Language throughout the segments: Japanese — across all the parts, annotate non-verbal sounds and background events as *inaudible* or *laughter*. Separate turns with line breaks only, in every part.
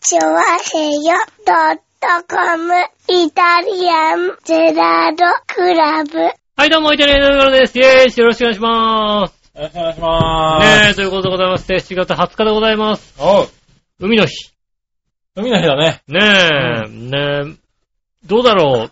チョワヘヨドットコムイタリアンゼラードクラブ。
はい、どうも、イタリアンジェラードです。イェーイよろしくお願いします。
よろしくお願いしまーす。
ねえ、ということでございまして、7月20日でございます。
おう、
海の日。
海の日だね。
ねえ、ねえ、どうだろう。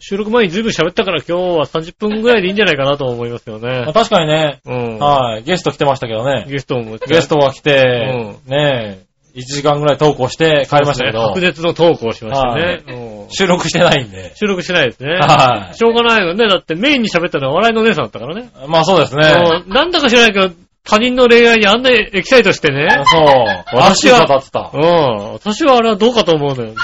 収録前にずいぶん喋ったから今日は30分ぐらいでいいんじゃないかなと思いますよ
まあ
ね。
確かにね、
うん。
はい、ゲスト来てましたけどね。
ゲストも、
ゲストが来て、ねえ、1時間ぐらい投稿して帰りましたけど、
白熱の投稿をしましたね。うん
収録してないんで。
収録しないですね。
はい
しょうがないよね。だってメインに喋ったのは笑いのお姉さんだったからね。
まあそうですね。
うんなんだか知らないけど、他人の恋愛にあんなエキサイトしてね。
そう。
私
私
は
は語ってた
う。ん。私はあれはどうかと思うのよ。いい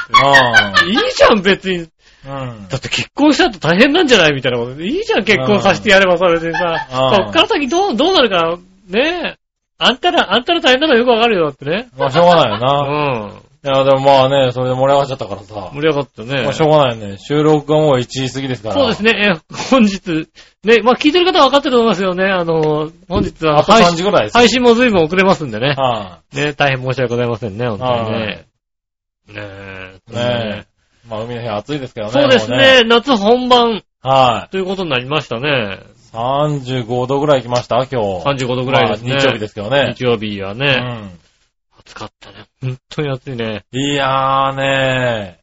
じゃん、別に。
うん。うん。
だって結婚した後大変なんじゃないみたいなことで。いいじゃん、結婚させてやれば、それでさ。
あー
そっから先どう、どうなるか、ねえ。あんたら、あんたら大変なのよくわかるよ、だってね。
まあしょうがない
ん。
うよな。いや、でもまあね、それで盛り上がっちゃったからさ。
盛り上がったね。
まあしょうがないよね。収録がもう1時過ぎですから。
そうです
ね。
ね、え、本日。ね、まあ聞いてる方は分かってると思いますよね。あの、本日は
あと
配
3
信、
時ぐらいです。
配信も随分遅れますんでね。
は
ね、大変申し訳ございませんね、本当に
は
ね。ねえ。
い。ねえ。まあ海の日暑いですけどね。
そうです
も
ね、
ね
夏本番
はい。
ということになりましたね。
35度ぐらい来ました今日。
35度ぐらいですね。
まあ日曜日ですけどね。
日曜日は
う
ね、
ん。
暑かったね。本当に暑いね。
いやーねー。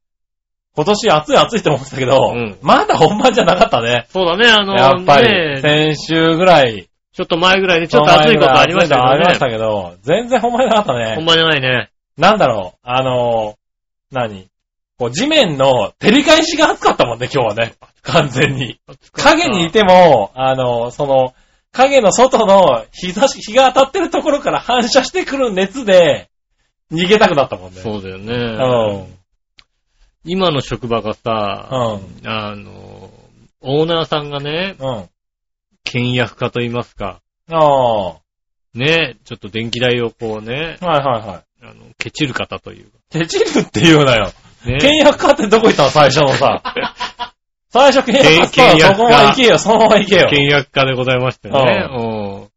今年暑い暑いって思ってたけど、
うん
まだ本番じゃなかったね。
そうだね、あ
や
の、
っぱり、
ね、
先週ぐらい、
ちょっと前ぐらいでちょっと暑いことありました
ありま
けど
した
ね。
けど、全然本番じゃなかった
本
ね。
番じゃないね。
なんだろう、あのー、何こう地面の照り返しが暑かったもんね、今日はね。完全に。影にいても、あの、その、影の外の日差し、日が当たってるところから反射してくる熱で、逃げたくなったもんね。
そうだよ
うん。
ね。今の職場がさ、
う
あの、オーナーさんがね、
ん。うん。
倹約家と言いますか、
ああ。は
ね、ちょっと電気代をこうね
い、はいは
あの、ケチる方というか。
い。ケチるって言うなよ。
ね
*laughs* 倹約家ってどこ行ったの最初の *laughs* さ。最初倹約
倹
家っ
約
て
家
さ、そこまで行けよ、そのまま行けよ。
倹約家でございましてね。うん。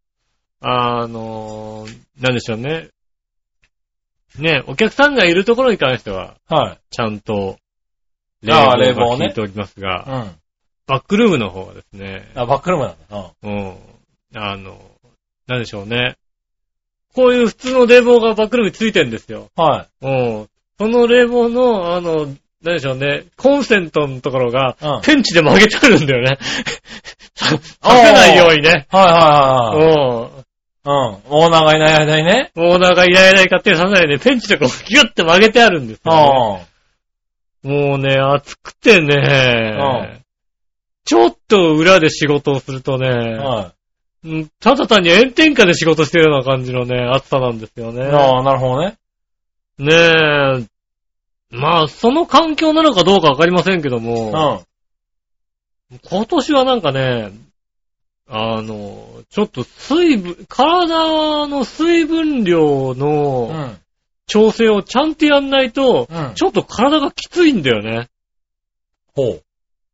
あのー、なんでしょうね。ね、お客さんがいるところに関しては、
はい。
ちゃんと、冷
あ
房
あ冷房
が
ね
効いておりますが、
うん。あ、
バックルームの方はですね、
バックルームなんだ。う
う
ん。
ん。あの、なんでしょうね。こういう普通の冷房がバックルームについてんですよ。
はい。
うん。その冷房の、あの、何でしょうね、コンセントのところが、
*laughs* うん
ペンチで曲げてあるんだよ
*laughs*
ね。さ刺せないようにね。
はいはいはいはい。
うん。
うん。オーナーがいない間にね。
オーナーがいないいないか手刺さないで、ペンチとかをギュッて曲げてあるんです
う
よ、
ん。
ね。もうね、暑くてね、ちょっと裏で仕事をするとね、
は
うんただ単に炎天下で仕事してるような感じのね、暑さなんですよ
い。
ね。
ああ、なるほどね。
ねえ、まあ、その環境なのかどうかわかりませんけど
う
も、
ん。は
今年はなんかね、あの、ちょっと水分、体の水分量
い。う
の
ん。
調整をちゃんとやんないと、
うん。
ちょっと体がきついんだよね。
ほう。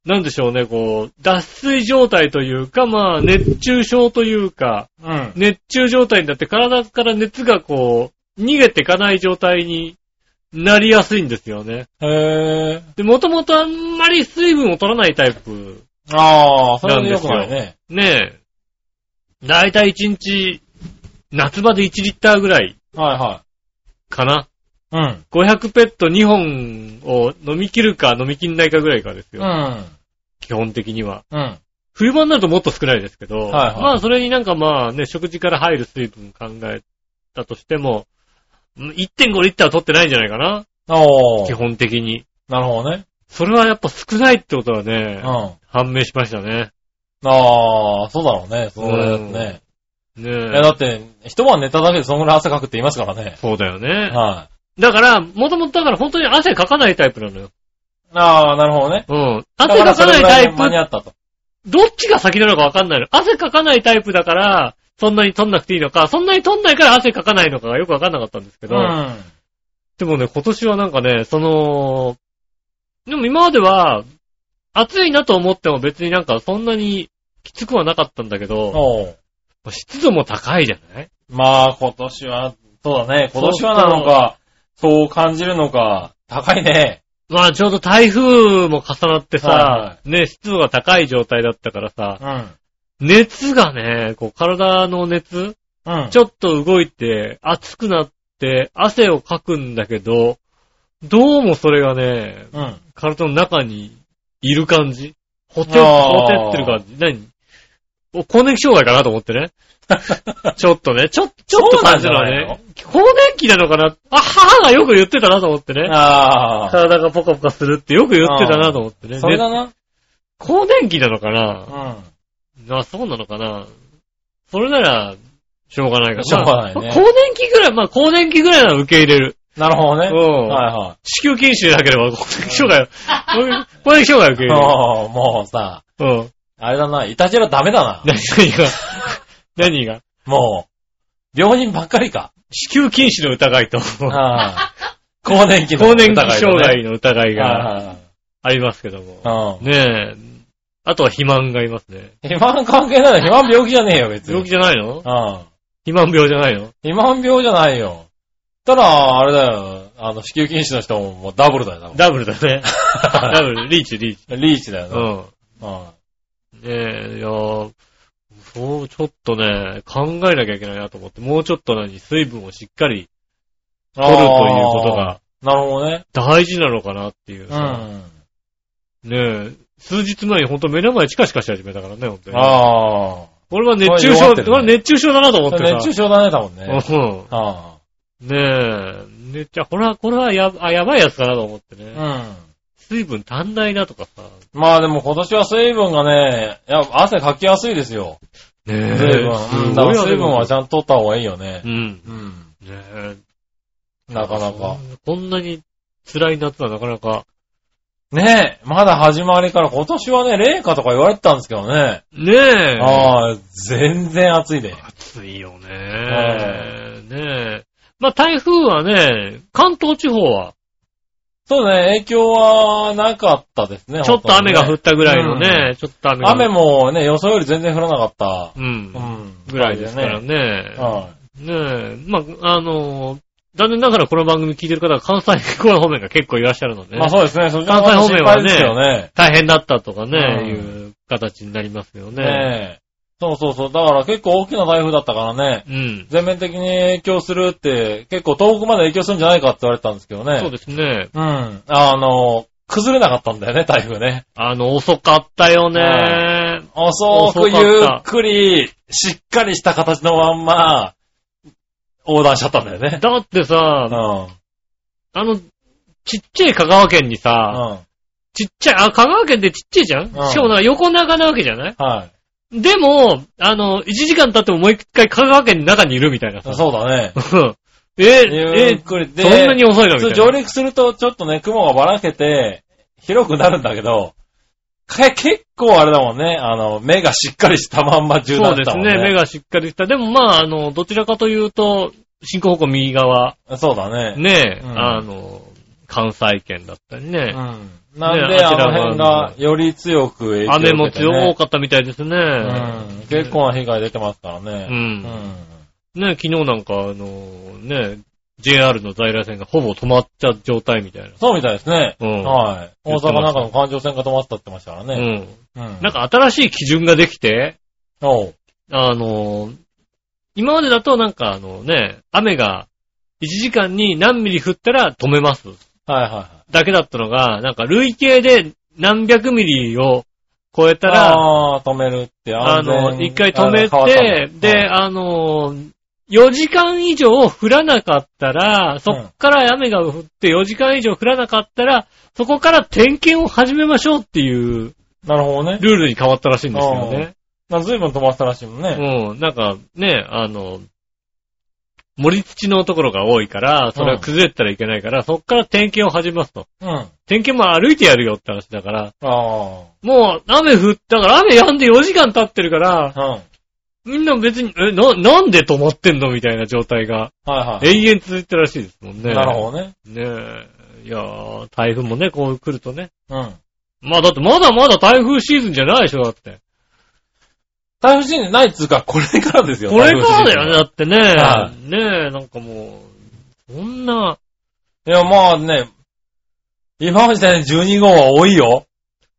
なんでしょうね、こう、脱水状態というか、まあ、熱中症というか、
うん。
熱中状態になって体から熱がこう、逃げていかない状態になりやすいんですよね。
へえ。
で、もともとあんまり水分を取らないタイプ
ああ、それは良くないね。
ねえ、だいたい1日、夏場で1リッターぐらい
はいは
かな。
い。うん。
500ペット2本を飲み切るか飲み切んないかぐらいかです
う
よ。
ん。
基本的には。
うん。
冬場になるともっと少ないですけど、
はいはい
まあそれになんかまあね、食事から入る水分考えたとしても、うん1.5リッターは取ってないんじゃないかな
お
基
ー。
本的に。
なるほどね。
それはやっぱ少ないってことは
う
ね
ん。、あ
判明しましたね。
あ、そうだろうね。そうだね。
ね
いや、
え
だって、一晩寝ただけでそのぐらい汗かくって言いますからね。
そうだよね。
は
だから、もともとだから本当に汗かかないタイプなのよ。
い。ああ、なるほどね。
うん。
だ
汗
ら
かかないタイ
それぐら間に
プ、
合ったと。
どっちが先なのかわかんないの。汗かかないタイプだから、そんなに取んなくていいのか、そんなに取んないから汗かかないのかがよくわかんなかったんですけ
う
ど、
ん。
でもね、今年はなんかね、その、でも今までは、暑いなと思っても別になんかそんなにきつくはなかったんだけど、
おう
湿度も高いじゃない
まあ、今年は、そうだね。今年はなのか、そう感じるのか。高いね。
まあちょうど台風も重なってさ
は、
ね、湿度が高い状態だったからさ、
うん。
熱がね、こう体の熱、
うん。
ちょっと動いて、熱くなって、汗をかくんだけど、どうもそれがね、
うん。
体の中にいる感じほてっ、
あー
ほてってる感じ何お更年期障害かなと思って
*laughs*
ね。ちょっとね、ちょ、ちょっと感じるのはね。更年期なのかなあ、母がよく言ってたなと思ってね。
ああ。
体がポカポカするってよく言ってたなと思ってね。
それだ
ね
な。
更年期なのか
う。
なんあ、そうなのかなそれなら、しょうがないから。
しょうがないね
まあ更年期ぐらい、まあ、更年期ぐらいなら受け入れる。
なるほどね。
うん
はいはい。
子宮筋腫でなければ、更年期障
*laughs*
害、更年期障害受け入れる。
もう、もうさ、
うん。
あれだな、イタジェラダメだな。
*laughs* 何
*laughs*
が、何が、
もう、病人ばっかりか。
子宮筋腫の疑いと、
ああ。更年期の
更年期
疑いと
障
ね
害の疑いが
はいはい
ありますけども。
はいうん。
ねえ。あとは肥満がいますね。
肥満関係ない。肥満病気じゃねえよ、別に。
病気じゃないの
うん。
肥満病じゃないの
肥満病じゃないよ。ただ、あれだよ。あの、子宮筋腫の人ももうダブルだよ、
*laughs* ダブルだ
*laughs*
ね。ダブル、リーチ、リーチ。
ブル。リーチだ
う
よ
ん。
な。うん。
ねえ、いやーそう、ちょっとね、考えなきゃいけないなと思って、もうちょっと何、水分をしっかり取るということが
あー。なるほどね。
大事なのかなっていう
う
さ、
ん。
ねえ、数日前にほんと目の前チカチカし始めたからね、ほんとに。
ああ。
俺は熱中
おい弱
症、
ってるね
俺熱中症だなと思ってさ。
熱中症だね、多分ね。
うん
あ
ねえ、熱中、これは、これはや、あ、やばいやつかなと思ってね。
あ。
水分足んないなとかさ。
うん。まあでも今年は水分がね、いや、汗かきやすいですよ。
ね
水分。うん。
す
だか
ごい
ら
汗
水分はち
ゃ
ゃんと取った方がいいよね
う。ん。
うん。
ねえ。
なかなか。。
こんなに辛い夏はなかなか。
ねえ、まだ始まりから今年はね、冷夏とか言われてたんですけどね。
ねえ。
ああ、全然暑いで。
暑いよね。
は
ねえ。まあ、台風はね、関東地方は、
そうね、影響はなかったですね。
ちょっと雨が降ったぐらいのね、
う
ちょっと雨が。
雨もね、予想より全然降らなかっ
う。
た。うんん。
ぐらいですから
ね。
ね。
は
ねえ。まあ、あのー、残念ながらこの番組聞いてる方は関西方面が結構いらっしゃるの
い。
で、
まあそうですね、そっちの
関西方
方
面
面
は
は
ね
ね。ですよね。
大変だったとかね、
うん
いう形になりますよね。
ねえ。そうそうそう。だから結構大きな台風だったからね。
うん。
全面的に影響するって、結構東北まで影響するんじゃないかって言われてたんですけどね。
そうですね。
うん。あの、崩れなかったんだよね、台風ね。
あの、遅かったよね。
遅く
遅かった
ゆっくり、しっかりした形のまんま、横断しちゃったんだよね。
だって
う
さ、
ん。
あの、ちっちゃい香川県にさ、
うん。
ちっちゃい、あ、香川県ってちっちゃいじゃん、
うん
しかもなんか横長なわけじゃない
はい。
でも、あの、1時間経ってももう一回香川県の中にいるみたいなさ。
そうだね。
うん *laughs* え、え
ゆっ、くりで、
そんなに遅いのみたい
普通
な。
上陸するとちょっとね、雲がばらけて、広くなるんだけど、か結構あれだもんね、あの、目がしっかりしたまんま縦
そう
断し
で
た
す
もんね。
ね。目がしっかりした。でもまあ、あの、どちらかというと、進行方向右側、
そうだね。
ねえ、
うん
あの、関西圏だったりね。
うん。なんで、
ね
あ
あちら側
の辺
の
がより強く影響を受け
雨
て、ね、
も強多かったみたいですね。
うん。結構な被害出てますから
う。
ね。うんん。
ねえ昨日なんか、あの、ねえ JR の在来線がほぼ止まっちゃう状態みたいな。
そうみたいですね。
うん
はい。
言
大
ってました
阪なんかの環状線が止まったって言ってましたから
う
ね。
ん。
うん。
なんか新しい基準ができて、
おう、
あの、今までだとなんかあのね、雨が1時間に何ミリ降ったら止めます
はいはいはい。
だけだったのが、なんか累計で何百ミリを超えたら、あ
ああ、止めるって、安全
の、一回止め
あれ変わ
て
っ、たんだ
で、あの、4時間以上降らなかったら、そっから雨が降って4時間以上降らなかったら、そこから点検を始めましょうっていう
なるほどね。
ルールに変わったらしいんですよね。
まあ、随分止まったらしいもんね。
うん、なんかね、あの、森土のところが多いから、それは崩れたらいけないから、そっから点検を始めますと。
うん。あ
点検も歩いてやるよって話だから、
あ。
もう雨降ったから、雨止んで4時間経ってるから、
うん。はい
みんな別に、え、な、なんで止まってんのみたいな状態が、
はい。
永遠続いてるらしいですもんね。
なるほどね。
ねえ。いやー、台風もね、こう来るとね。
うん。
まあだってまだまだ台風シーズンじゃないでしょ、だって。
台風シーズンないっつうか、これからですよ。
これからだよね、だってね。
は
ねえ、なんかもう、そんな、
いや、まあね、今までね、12号は多いよ。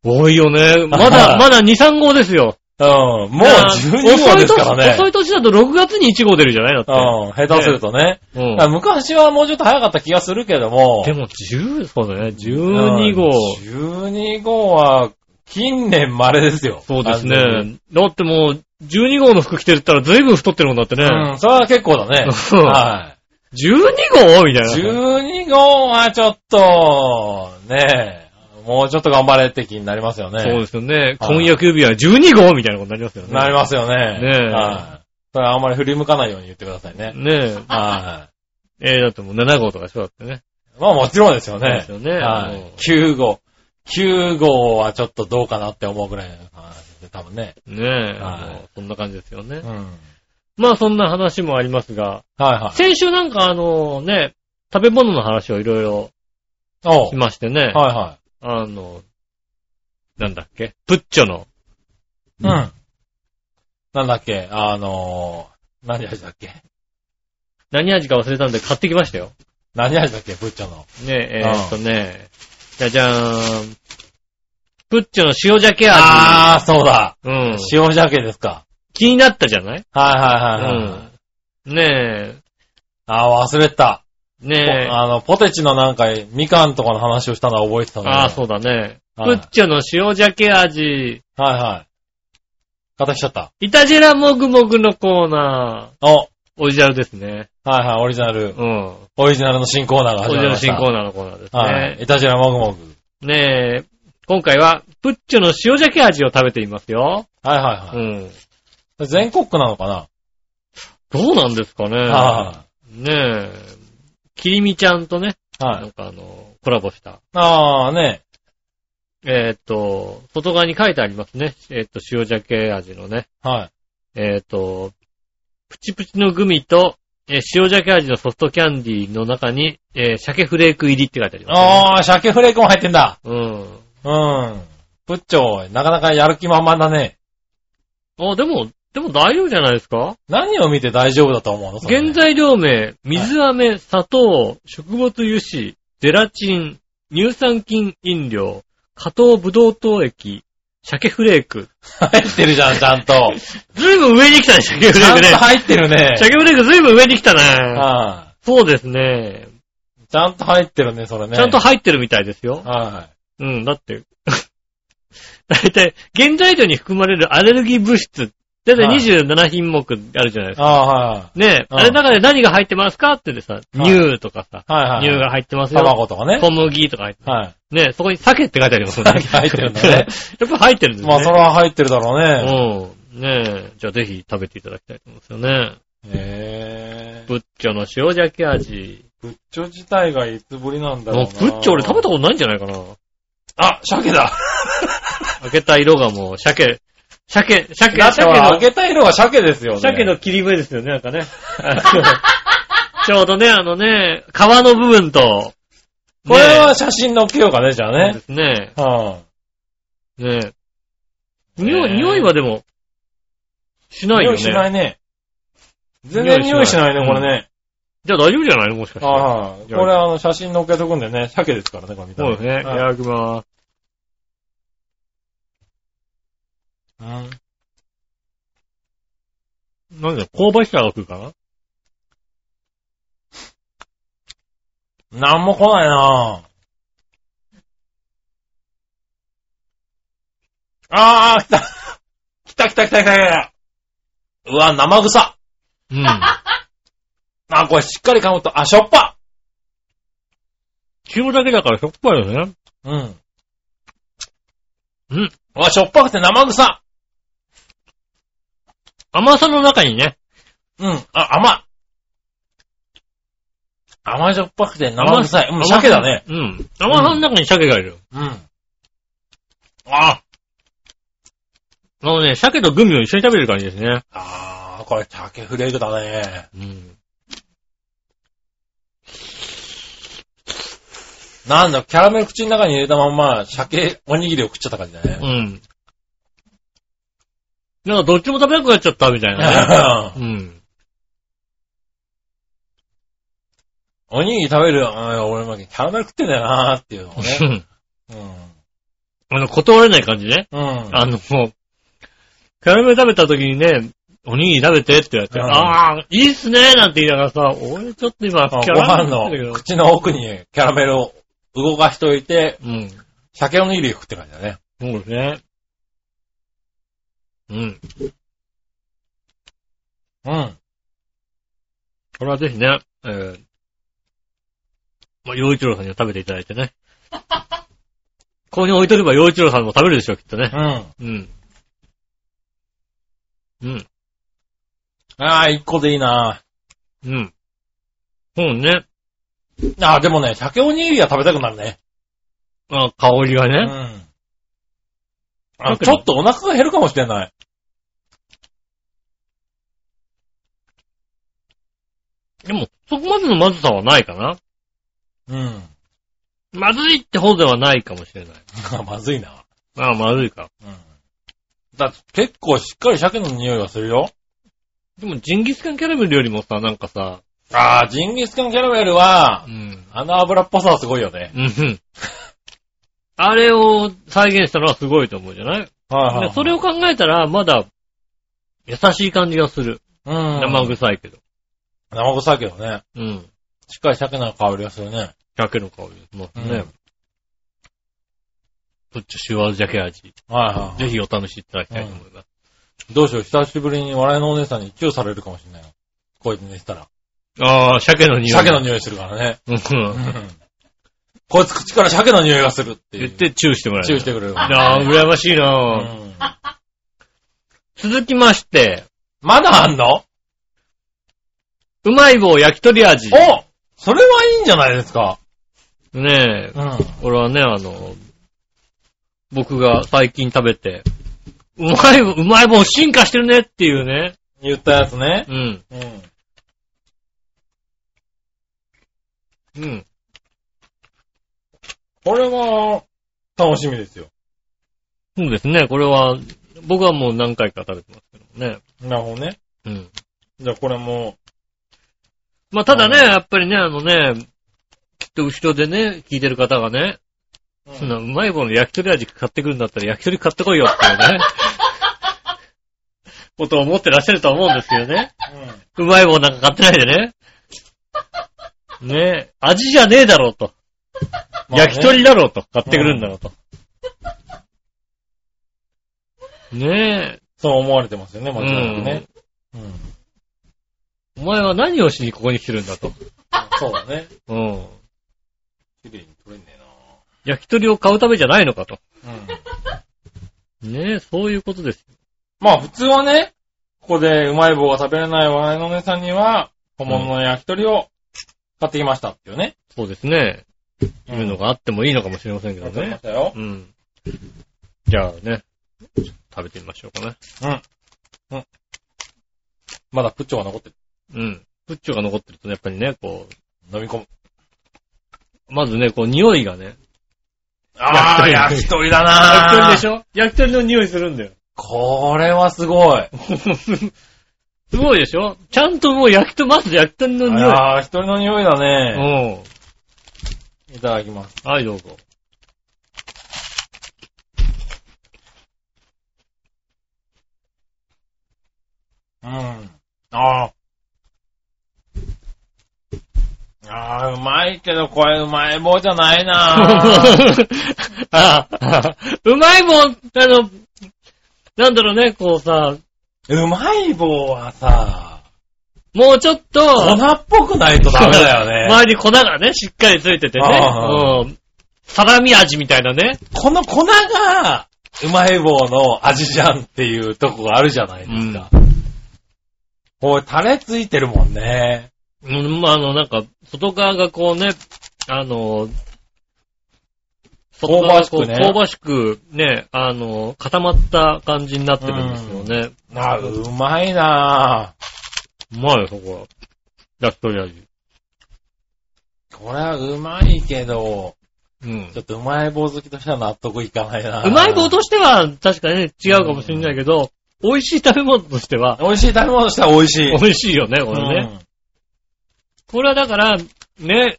多いよね。まだ、まだ2、3号ですよ。
うん。もう12号ですからね。
遅い年遅い年だと6月に1号出るじゃないだ
うん。下手するとね。
って。うん
だから昔はもうちょっと早かった気がするけども。
でも10、そうだね。12号。
うん12号は、近年稀ですよ。
そうです
完全に。
ね。だってもう、12号の服着てるったら随分太ってるもんだってね。
うん、それは結構
*laughs*
だね。
うん
は
12号みたい
い。
な。
12号はちょっと、ねえ、もうちょっと頑張れって気になりますよね。
そうですよね。婚約指輪12号みたいなことになりますよね。
なりますよね。
ねえ
はい。それはあんまり振り向かないように言ってくださいね。
ね
は
え。えー、だってもう7号とかそうだってね。
い。まあもちろんですよ
そうで
ね
す。よね。あ
は
の
い。9号。9号はちょっとどうかなって思うぐらいの話で、多分ね。
ねえ、あのそんな感じですよね
う。ん。はい
まあそんな話もありますが、
はい。
先週なんかあのね、食べ物の話をいろいろし
おう
ましてね、
はいは
あの、なんだっけ、プッチョの、
い。うん。なんだっけ、あのー、何味だっけ
何味か忘れたんで買ってきましたよ。
何味だっけ、ブッチョの。
ねえ、え
うん
ーっとね、じゃじゃーん。プッチョの塩鮭味。
あー、そうだ。
うん。
塩鮭ですか。
気になったじゃない
はいはいはいはい。
うん。ね
あー、忘れてた。
え、ねえ。
あの、ポテチのなんか、みかんとかの話をしたのは覚えてたんだけど
ああ、そうだね。プ
はい
ッチョの塩鮭味、
はいはい。形しちゃった。
イタジェラもぐもぐのコーナ
お、はい
ー、オリジナルですね。
はい、オリジナル
う。ん。
オリジナルの新コーナーが
オ
始
リ
ま
ジ
り
ナル新
ました。
コーナ
ナ
ーのコーナーです
はい。
ね。
いたじらもぐもぐ。
ねえ、今回は、プッチョの塩鮭味を食べていますよ。
はいはいうは
ん。
い。全国区なのかな
どうなんですかね。
は
ねえ、きりみちゃんとね、
いは。
ないんかあの、コラボした。
あーね。
えーっと、外側に書いてありますね。えーっと、塩鮭味のね。
はい。
えっ、と、プチプチのグミと、えー塩鮭味のソフトキャンディーの中に、えー鮭フレーク入りって書いてあります、ね。
あー、鮭フレークも入ってんだ。
うん。
うん。プッチョ、なかなかやる気満々だね。
あ、でも、でも大丈夫じゃないですか
何を見て大丈夫だと思うのそれね
原材料名、水飴、砂糖、植物油脂、ゼラチン、乳酸菌飲料、加糖ブドウ糖液、鮭フレーク。
入ってるじゃん、ちゃ
*laughs*
んと。
ずいぶん上に来たね、鮭フ
ち
レー
ゃ
ク
ん
ね
と。入ってるね。
鮭フレークずいぶん上に来たね。
は
そうですね。
い。ちゃんと入ってるね、それね。
ちゃんと入ってるみたいですよ。
は
うん、だって、 *laughs* だいたい、原材料に含まれるアレルギー物質、だいたい
はい
27品目あるじゃないで
い。
すか。
あ
ねえ、
うん
あれの中で何が入ってますかってでさ、乳とかさ、
あ、はい。はいはい。
乳が入ってますよ。
卵とかね。
小麦とか入って
はい。
ねえ、そこに鮭って書いてありますもんね。
鮭入ってるんだね
*laughs* やっぱ入ってるんですね。
まあ、それは入ってるだろ
う
うね。
ん。ねえ、じゃあぜひ食べていただきたいと思うんですよね。
へぇ
プッチョの塩鮭味。
プッチョ自体がいつぶりなんだろう
もう
な。
プッチョ俺食べたことないんじゃないかな。
あ、鮭だ *laughs*
開けた色がもう鮭、鮭、鮭、
だって
鮭
ほら、
の
開けた色が鮭ですよね。
鮭の切り目ですよね、なん
*laughs*
かね。ちょうどね、あのね、皮の部分と、
これは写真載っけようかね、じゃあ
ね、そうで
ね。
すね。
は
ね匂い、
ね
匂いはでも、し
い。
ないよ
匂
ね。
いしないね。全然匂いしないね、これね。
じゃあ大丈夫じゃないのもしかして。
はいはい。
匂い
これ、あの、写真載っけとくんでね、鮭ですからね、これ見た
そう
目
ですね。いただきます。
はいうん
なんだ、香ばしさが来るかな
なんも来ないなぁ。あー、来た来た来た来た来た来たうわ、生臭
うん。
あ、これしっかり噛むと、あ、しょっぱ
塩だけだからしょっぱいよね。
うん。
うん。
うわ、しょっぱくて生臭
甘さの中にね、
うん。あ、甘い。甘じょっぱくて生臭い。うん、
甘さ
鮭だね。。
うん。甘さの中に鮭がいる。
うん。あ
あのね、鮭とグミを一緒に食べる感じですね。
あー、これ鮭フレークだね。
うん。
なんだ、キャラメル口の中に入れたまんま、鮭おにぎりを食っちゃった感じだね
う。ん。なんかどっちも食べなくなっちゃ
*laughs*
ったみたいなね。うん。
おにぎり食べる、うん、俺もキャラメル食ってんだよなーっていうのをね。
*laughs* あの、断れない感じね。
うん。うん。
あの、もう、キャラメル食べた時にね、おにぎり食べてって言われて、
うん
ああ、いいっすねなんて言いながらさ、俺ちょっと今、キ
ご
ャラメル食っ
飯
てる
の口の奥にキャラメルを動かしといて、
けど。うん。
鮭おにぎり食って感じだね。
そうですね。うん。
うん。
これはぜひね、えー、まあ、洋一郎さんには食べていただいて
*laughs*
ね。ここに置いとけば洋一郎さんも食べるでしょう、きっとね
う。ん。
うん。うん。
ああ、一個でいいな
うん。そうね。
ああ、でもね、鮭おにぎりは食べたくなるね。
あ香りが
う
ね。
ん。あちょっとお腹が減るかもしれない。
でも、そこまでのまずさはないかな。
うん。 *laughs*
まずいってほどではないかもしれない。
まずいな。
ああ、まずいか。
うん。だって結構しっかり鮭の匂いがするよ。
でも、ジンギスカンキャラメルよりもさ、なんかさ、
ああ、ジンギスカンキャラメル
う
は、
ん。
あの油っぽさはすごいよね。
うん。 *laughs* あれを再現したのはすごいと思うじゃない
はい
でそれを考えたら、まだ、優しい感じがする。
うん。
生
生
臭いけど。
臭いけどね。
うん。
しっかり鮭の香りがするね。
鮭の香りがしますね。こっち塩味鮭味。
はいはいは
ぜひお試しいただきたいと思います。
い。どうしよう、久しぶりに笑いのお姉さんにチューされるかもしれないよ。こうやって寝てたら。
ああ、鮭の匂い。
鮭の匂いするからね。
うん。
*laughs* こいつ口から鮭の匂いがするってい
言っ
う。
てチューしてもらえる。
チューしてくれる。
ああ、羨ましいな、
うん
続きまして、
まだあんの
うまい棒焼き鳥味。
おそれはいいんじゃないですか。
ねえ、
うん。
これはね、あの、僕が最近食べて、うまい棒、うまい棒進化してるねっていうね。
言ったやつね。
うん。
うん。
うん。
これは、楽しみですよ。
そうですね、これは、僕はもう何回か食べてますけどね。
なるほどね。
うん。
じゃあこれも、
まあ、ただね、
うん
やっぱりね、あのね、きっと後ろでね、聞いてる方がね、
う
そんなうまい棒の焼き鳥味買ってくるんだったら焼き鳥買ってこいよっていうね、ことを思ってらっしゃると思うんですよ
*laughs*
ね。
う
うまい棒なんか買ってないでね。ねえ、味じゃねえだろうと。
ん
焼き鳥だろうと。買ってくるんだろうと。ね
そう思われてますよね、
え、
もちろんね。うん。
うん。お前は何をしにここに来てるんだと。
そうだね。
うん。
綺麗に取れね
焼き鳥を買うためじゃないのかと。
えなうん。
ねえ、そういうことです。
まあ普通はね、ここでうまい棒が食べれない笑いのお姉さんには、本物の焼き鳥を買ってきましたっていうね。
そうですね。いうの
が。
があってもいいのかもしれませんけど
買ってきま
ね
し。たよ。
うん。じゃあね、食べてみましょうかね。
まだプッチョが残ってる。
うん。プッチョが残ってると、やっぱりね、こ
飲み込む。
う、まずね、こう、匂いがね、
ああ、
焼
焼
き
き鳥だ
焼き鳥
な
でしょ焼き鳥の匂いするんだよ。
これはすごい。
*laughs* すごいでしょちゃんともう焼き鳥、まず焼き鳥の匂い。
ああ、一人の匂いだ
う
ね。
ん。
いただきます。
はい、どうぞ。
うん。ああ。ああ、うまいけど、これうまい棒じゃないな
あ *laughs* あうまいもん、あの、なんだろうね、こうさ、
*laughs* うまい棒はさ、
もうちょっと、
粉っぽくないとダメだ *laughs* よね。
周りに粉がね、しっかりついててね、
あ
うん。サラミ味みたいなね。
この粉が、うまい棒の味じゃんっていうとこがあるじゃないですか。これタレついてるもんね。
うん、まあ、あの、なんか、外側がこうね、あの、
香ばしく
外側が
ね
こう香ばしくね、あの、固まった感じになってるんですよね。
ああ、うまいな
うまいよ、そこは。焼き鳥味。
これはうまいけど、
うん
ちょ。っとうまい棒好きとしては納得いかないな
うまい棒としては、確かにね、違うかもしれないけど、美味しい食べ物としては、
美味しい食べ物としては美味しい。
美味しいよね、これね。
うん
これはだから、ね、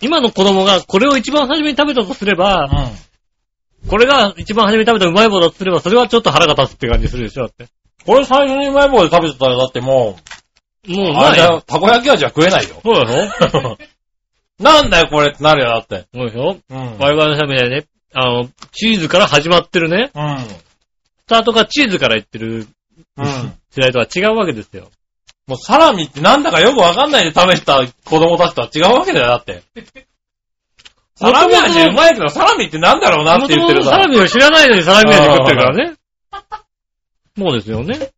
今の子供がこれを一番初めに食べたとすれば、
うん。
これが一番初めに食べたうまい棒だとすれば、それはちょっと腹が立つって感じするでしょ、だって。
これ最初にうまい棒で食べてたら、だっても
もうう
う、あ
ま
れ
い
だ
よ
よ。たこ焼き味は食えないよ。
そうだろ
なんだよ、これってなるよ、だって。
そうでしょ
うん
ワイワイのしゃべりでね、あの、チーズから始まってるね。
うん。
スタートがチーズからいってる
うん。
世代とは違うわけですよ。
もうサラミってなんだかよくわかんないで食べてた子供たちとは違うわけだよ、だって。サラミ味うまいけど、サラミってなんだろうなって言ってる
サ
さ
ラ。ミを知らないのにサラミ味食ってるからね。そうですよね。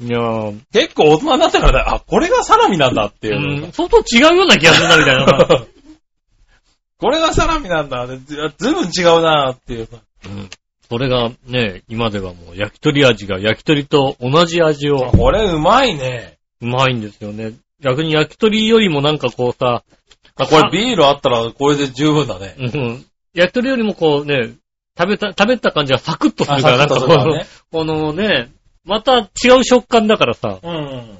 いやー、
結構大人になってからだよ。あ、これがサラミなんだっていうう。
ん、相当違うような気がするな、みたいな。
*laughs* これがサラミなんだ。ずずいぶん違うなっていうさ。
うんそれがね、今ではもう焼き鳥味が焼き鳥と同じ味を、
これうまいね。
うまいんですよね。逆に焼き鳥よりもなんかこうさ、
あこれビールあったらこれで十分だね。
うん、焼き鳥よりもこうね、食べた、食べた感じがサクッとするから、なん
あサク
かこ
ッ
と
する
の、
からね
このね、また違う食感だからさ、
うん。
う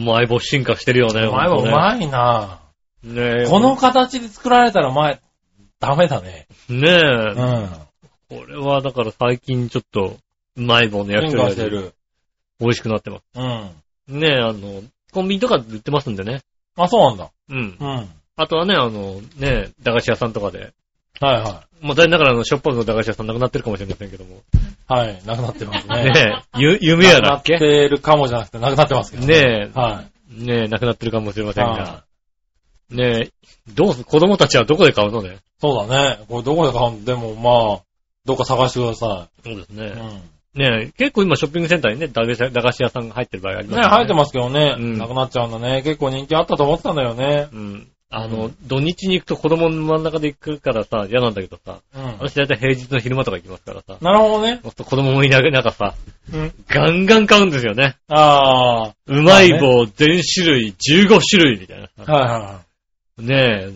まい棒進化してるよね。
うまいわ、う
本
まいな
当ねねえ
この形で作られたら前、ダメだね。
ね
う
え、
ん。
これはだから最近ちょっと、うまい棒の焼き
変化
鳥
して
が
る。
美味しくなってます。
うん。
ねえ、あの、コンビニとかで売ってますんでね。
あ、そうなんだ。
うん。
うん。はい
あとはね、あの、ね、駄菓子屋さんとかで、
は
まあ、だいながらあの、しょっぱくの駄菓子屋さんなくなってるかもしれませんけども。
い。はい、なくなってますね。
ねえ、ゆ、夢やだっけ
なくなってるかもじゃなくて、なくなってますけど。
ね
は
え、ねえ、なくなってるかもしれま
い。
せんが。ねえ、どうす、子供たちはどこで買うのね。
そうだね。これどこで買うのでもまあ、どっか探してくださ
そうです
い。う
ね。
ん。
ねえ、結構今ショッピングセンターにね、駄菓子駄菓子屋さんが入ってる場合があります
ね、生えて
ま
ますけどね。
うん
なくなっちゃうんだね。結構人気あったと思ってたんだよね。
す。うん。あの、土日に行くと子供の真ん中で行くからさ、嫌なんだけどさ、
うん。
私だいたい平日の昼間とか行きますからさ、
なるほどね。
そうすると子供もいなくなんかさ、
うん。
ガンガン買うんですよね。
ああ。
うまい棒全種類、15種類みたいなさ。
はいはいはい。
ねえ。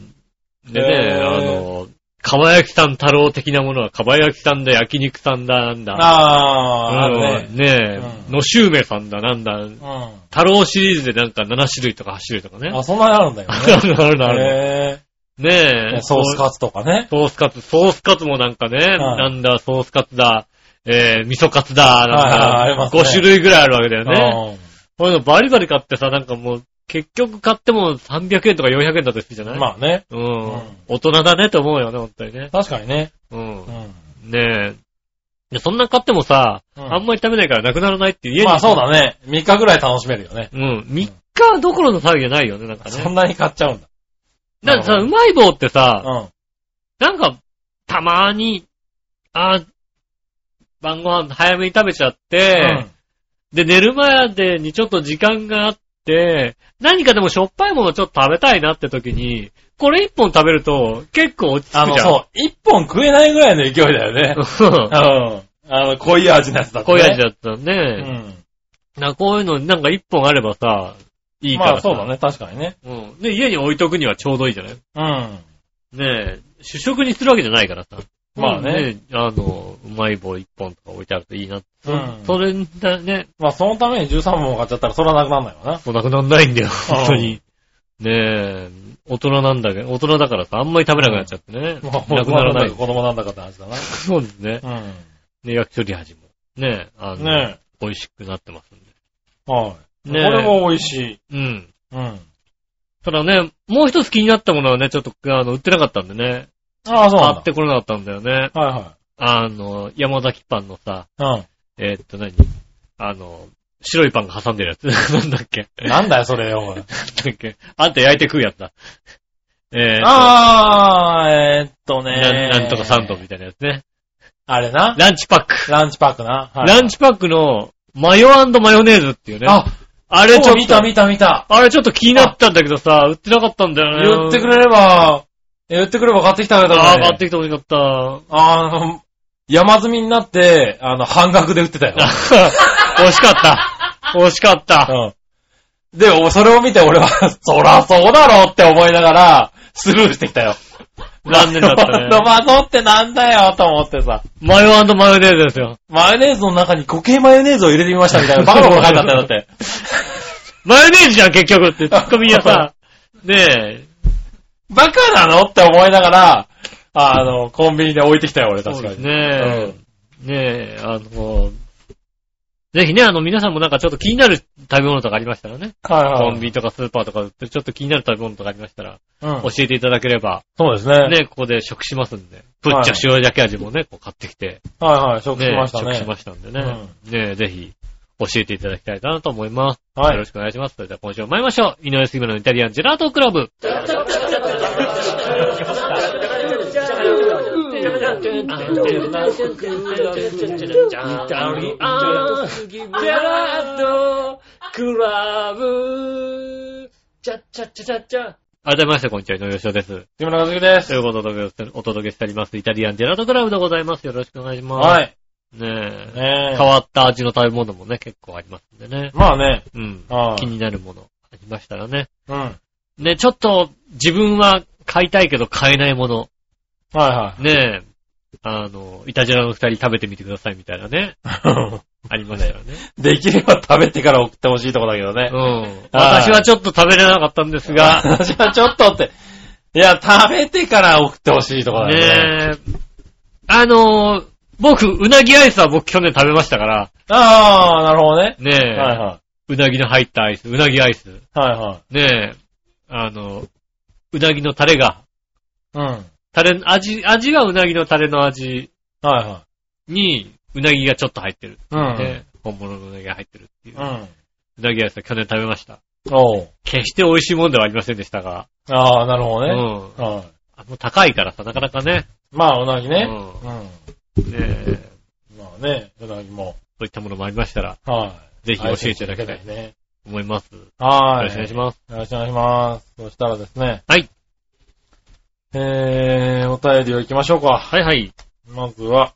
で
へ
ね、
ー
あの、かば焼きさん太郎的なものは、かば焼きさんだ、焼肉さんだ、なんだ。
ああ
うん、
ー、あるね。
ねえ、
うん
のしゅうめさんだ、なんだ。
う
太郎シリーズでなんか7種類とか8種類とかね *laughs*
ん。。あ、そんなにあるんだよね。
あるあるある。
へ
ね
え
え。
ソースカツとかね。
ソースカツ、ソースカツもなんかね、なんだ、ソースカツだ、えー、味噌カツだ、
はいはいあ
な
り
ん
ま
か、
すね
5種類ぐらいあるわけだよね。
ね。
こういうのバリバリ買ってさ、なんかもう、結局買っても300円とか400円だと好きじゃない
まあね。
うん
うん。
大人だねと思うよね、本当にね。
確かにね。
う。
うんん。
ねえ。でそんな買ってもさ、
うん
あんまり食べないからなくならないっていう家に。
まあそう。だね。3日ぐらい楽しめるよね。
うん。3日どころの騒ぎじゃないよね、なんか
そん
ね。
なに買っちゃうんだ。
なんかさ、うまい棒ってさ、
うん。
なんか、たまに、あー晩ご飯早めに食べちゃって、で、寝る前でにちょっと時間があって、何かでもしょっぱいものちょっと食べたいなって時に、これ一本食べると結構落ち着
あ
く
の、
じゃん。
そう、一本食えないぐらいの勢いだよね。
*laughs* そう。
うん。あの、濃い味のやつだった、
濃い味だ
だ
ったら
う
ね。
ん。
なこういうのなんか一本あればさ、いいか
まあ
らさ。
そうだね、確かにね。
うん。で、家に置いとくにはちょうどいいじゃない
うん。
ねえ、主食にするわけじゃないからさ。
まあ
え。
ね。
あの、うまい棒一本とか置いてあるといいな。
うん
それだね、
まあそのために13本も買っちゃったらそれはなくならないわ
もうなくならないんだよ、本当に。ねえ、大人なんだけど、大人だからさ、あんまり食べなくなっちゃってね。*laughs*
な。
なくならな
まあ
い。
子供なんだかって話だな。
そうですね。
う
ね、焼き鳥味も。ねえ、あ
ん。
の、
ね
美味しくなってますんで。
え。はい。
ねえ
これも美味しい。
うん。
うん。
ただね、もう一つ気になったものはね、ちょっと、あの、売ってなかったんでね。
ああ、そう
買
なん
っ
だ。
てこれなかったんだよね。
は
あの、山崎パンのさ、
いはい。
えーっと何あの、白いパンが挟んでるやつ。 *laughs* なんだっけ
うん。なんだよ、それよ。おい
なんだっけあんた焼いて食うやつだ。えーっと
ああ、えーっとね
なんなんとかサンドみたいなやつね。
あれな。
ランチパック。
ランチパックな。はい
ランチパックのマヨマヨネーズっていうね。
あ、
あれ
れ
ちょっと、
見た見た見た。
あれちょっと気になったんだけどさ、売ってなかったんだよね。
言ってくれれば、言ってくれれば買ってきたけどね。
ああ、買ってきてほしかった。
あの、山積みになって、あの、半額で売っ
*laughs*
てたよ。
惜しかった。惜しかった。
うん。で、おそれを見て俺は、 *laughs* そらそうだろうって思いながら、スルーしてきたよ。
残念だった
*laughs*
ね
トマトってなんだよと思ってさ。
マヨマヨネーズですよ。
マヨネーズの中に固形マヨネーズを入れてみ
*laughs*
ましたみたいな。バカバカ書いてあったよ、だって。 *laughs*
マヨネーズじゃん、結局って、ツッコミがさ、ねえ。
バカなのって思いながら、あの、コンビニで置いてきたよ、俺、
そう
確か
です
に。
ね。ねえ、あの、ぜひね、あの、皆さんもなんかちょっと気になる食べ物とかありましたらね。
はいはい。
コンビニとかスーパーとかでちょっと気になる食べ物とかありましたら、
うん
教えていただければ、
そうですね。
ね、ここで食しますんで。ぶっちゃ塩焼き味もね、こう買ってきて、
はいはい、食
ね
しました
食し
ね。
ましたんでね。ねぜひ、教えていただきたいなと思います。
はい
よろしくお願いします。それでは今週も参りましょう。井上杉村のイタリアンジェラートクラブ。改めまして、こんにちは、井上芳雄です。
木村和樹で
と
す。
いうことで、お届けしております、イタリアンジェラートクラブでございます。よろしくお願いします。
はい。
ねえ。
ねえ
変わった味の食べ物もね、結構ありますんでね。
まあね。
うん。
はい
気になるものありましたらね。
うん。はい
ね、ちょっと自分は買いたいけど買えないもの。 *laughs*
は
ねえ。あの、イタジェラの二人食べてみてくださいみたいなね。ありましたよ
*laughs*
ね。
い。できれば食べてから送ってほしいとこだけどね
う。ん。
はい
私はちょっと食べれなかったんですが。
私はちょっとって。いや、食べてから送ってほしいとこだけどね。
ねえ。あの、僕、うなぎアイスは僕去年食べましたから。
ああ、なるほどね。
ねえ。
はいは
うなぎの入ったアイス、うなぎアイス。
い。はいは
ねえ。あの、うなぎのタレが
い。うん。はい
タレ、味、味はうなぎのタレの味
は
に、うなぎがちょっと入ってる。
い。うん。
ね本物のうなぎが入ってるっていう。
う。
うんなぎアイスは去年食べました。
おう。
決して美味しいもんではありませんでしたが。
ああ、なるほ
う
どね。
ん。
はい。
あの、高いからさ、なかなかね。
まあ、うなぎね。
う
うん。
ねえ
まあね、うなぎ
そ
も。
ういったものもありましたら、
はい。
ぜひ教えていただきたいと
ね。
思います。よ
は
ろ
い。
しくお願いします。
よろしくお願いします。そしたらですね。
はい。
えー、お便りを行きましょうか。
はいはい。
まずは、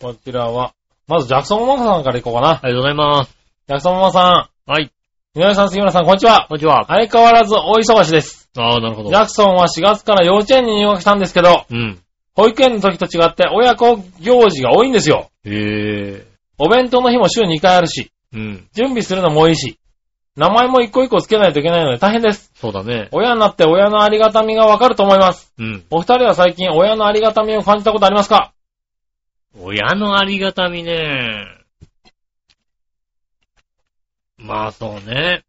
こちらは、まずジャクソンママさんから行こうかな。
ありがとうございます。
ジャクソンママさ
はい。
ん、井上さん、杉村さん、こんにちは。
こんにちは。
相変わらず大忙しです。
ああ、なるほ
ジ
ど。
ャクソンは4月から幼稚園に入学したんですけど、
うん。
保育園の時と違って親子行事が多いんですよ。
へえ。
お弁当の日も週2回あるし、
うん。
準備するのもいいし、名前も一個一個つけないといけないので大変です。
そうだね。
親になって親のありがたみがわかると思います。
うん。
お二人は最近親のありがたみを感じたことありますか
親のありがたみね。まあそうね。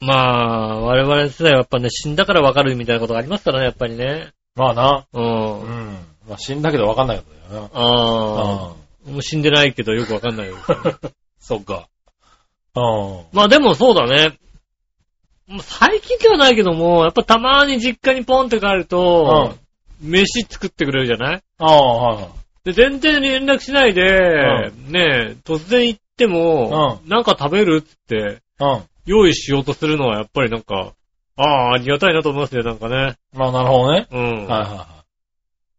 まあ、我々世代はやっぱね、死んだからわかるみたいなことがありますからね、やっぱりね。
まあな。
う。
うんん。まあ死んだけどわかんないことだよ
ああ
な。。
もう死んでないけどよくわかんないですよね
そっか。うん。
まあでもそうだね。もう最近ではないけども、やっぱたまに実家にポンって帰ると、飯作ってくれるじゃない
ああ、はいはい。
で、全然連絡しないで、
う
ねえ、突然行っても、なんか食べるっつって、
う
用意しようとするのはやっぱりなんか、ああ、ありがたいなと思いますね、なんかね。
ん。まあなるほどね。
うん。
はいはいは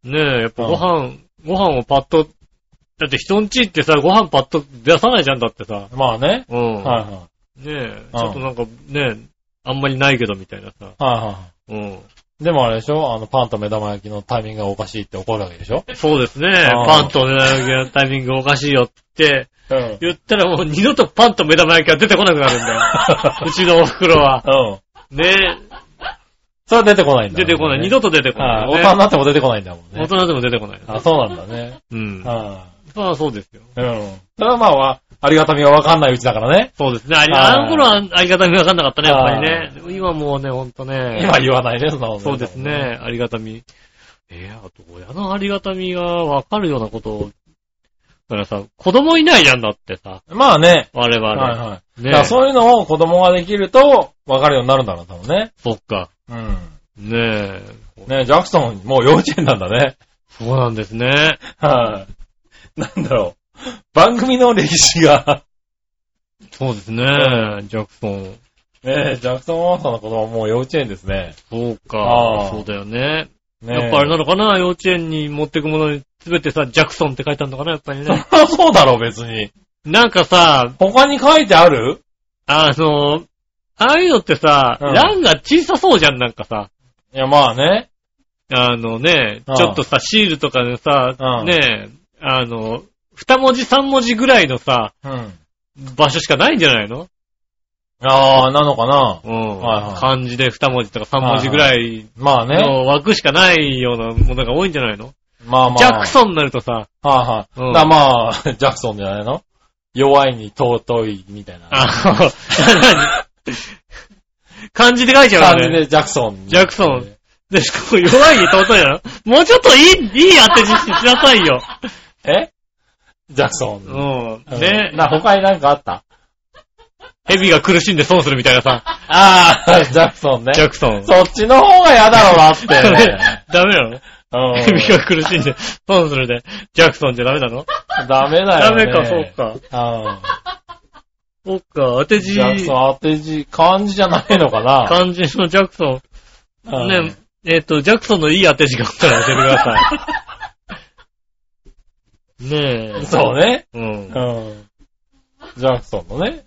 ねえ、やっぱご飯、ご飯をパッと、だって人んちってさ、ご飯パッと出さないじゃんだってさ。
い。まあね。
うん。
はいはい。はい
ねえ、ちょっとなんかねえ、あんまりないけどみたいなさ。
は
うん。
い。でもあれでしょあの、パンと目玉焼きのタイミングがおかしいって怒るわけでしょ
そうですね。
ああ
パンと目玉焼きのタイミングおかしいよって
うん。うん。
言ったらもう二度とパンと目玉焼きが出てこなくなるん
*laughs*
だよ。うちのお袋は。ね
それは出てこない
え、
んだ、
出てこない。二度と出てこな
は。
いい、
大人になっても出てこないんだもん
大
ね。
人でも出てこない。
あ、そうなんだね。
うん。
はい。
まあそうですよ。
うん。それはまあわ、ありがたみがわかんないうちだからね。
そうですね。あり
はい
あの頃はありがたみわかんなかったね、やっぱりね。でも今もうね、ほんとね。
今言わないね、そんなこと。
そうです。ね。ありがたみ。えー、あと親のありがたみがわかるようなことを。だからさ、子供いないじゃんだってさ、
まあね。
我々。
はいはい。
ね
だからそういうのを子供ができると、わかるようになるんだろう、多分ね。
そっか。
うん。
ねえ。
ねジャクソン、もう幼稚園なんだね。
そうなんですね。
はい。なんだろう。番組の歴史が、
そうですね。ジャクソン。
ねジャクソンママさんの子供はもう幼稚園ですね。
そう
あ
か
あ。
そうだよね。
ね
やっぱあれなのかな幼稚園に持ってくものに全てさ、ジャクソンって書いてあるのかなやっぱりね。
そりゃそうだろう、別に。
なんかさ、
他に書いてある
あの、ああいうのってさ、
うん
欄が小さそうじゃん、なんかさ。
いや、まあね。
あのね、
うん
ちょっとさ、シールとかでさ
う、ん
ねえ、あの、二文字三文字ぐらいのさ、
うん。
場所しかないんじゃないの
ああ、なのかな
うん
はいはい
漢字で2文字とか3文字ぐらい
まあね。
の枠しかないようなものが多いんじゃないの
まあまあ。
ジャクソンになるとさ、
はいはい。
うん
だまあ、 *laughs* ジャクソンじゃないの弱いに尊いみたいな。
あ *laughs* 漢字で書いちゃう
感
よ
じ
ね。
でジャクソン。
ジャクソン。で、しかも弱いに尊いな。もうちょっといい、いい当て字しなさいよ。
えジャクソン。
うん。
ね
ね。
な、他になんかあった
蛇が苦しんで損するみたいなさ、
ああ、ジャクソンね。
ジャクソン。
そっちの方が嫌だろうなっ
ダメ
て。
*laughs* ダメなの蛇
う
が苦しんで損するで、ジャクソンじゃダメなの *laughs*
ん。ダメだ
ダ
よね。
メか、そうか。
か。
そうか、当て字
ジ、ャクソン当て字、漢字じゃないのかな
漢字のジャクソン。
うん
ね、えっと、ジャクソンのいい当て字があったら教えてください。 *laughs* ねえ。
そうね。
う。
うんん。ジャクソンのね。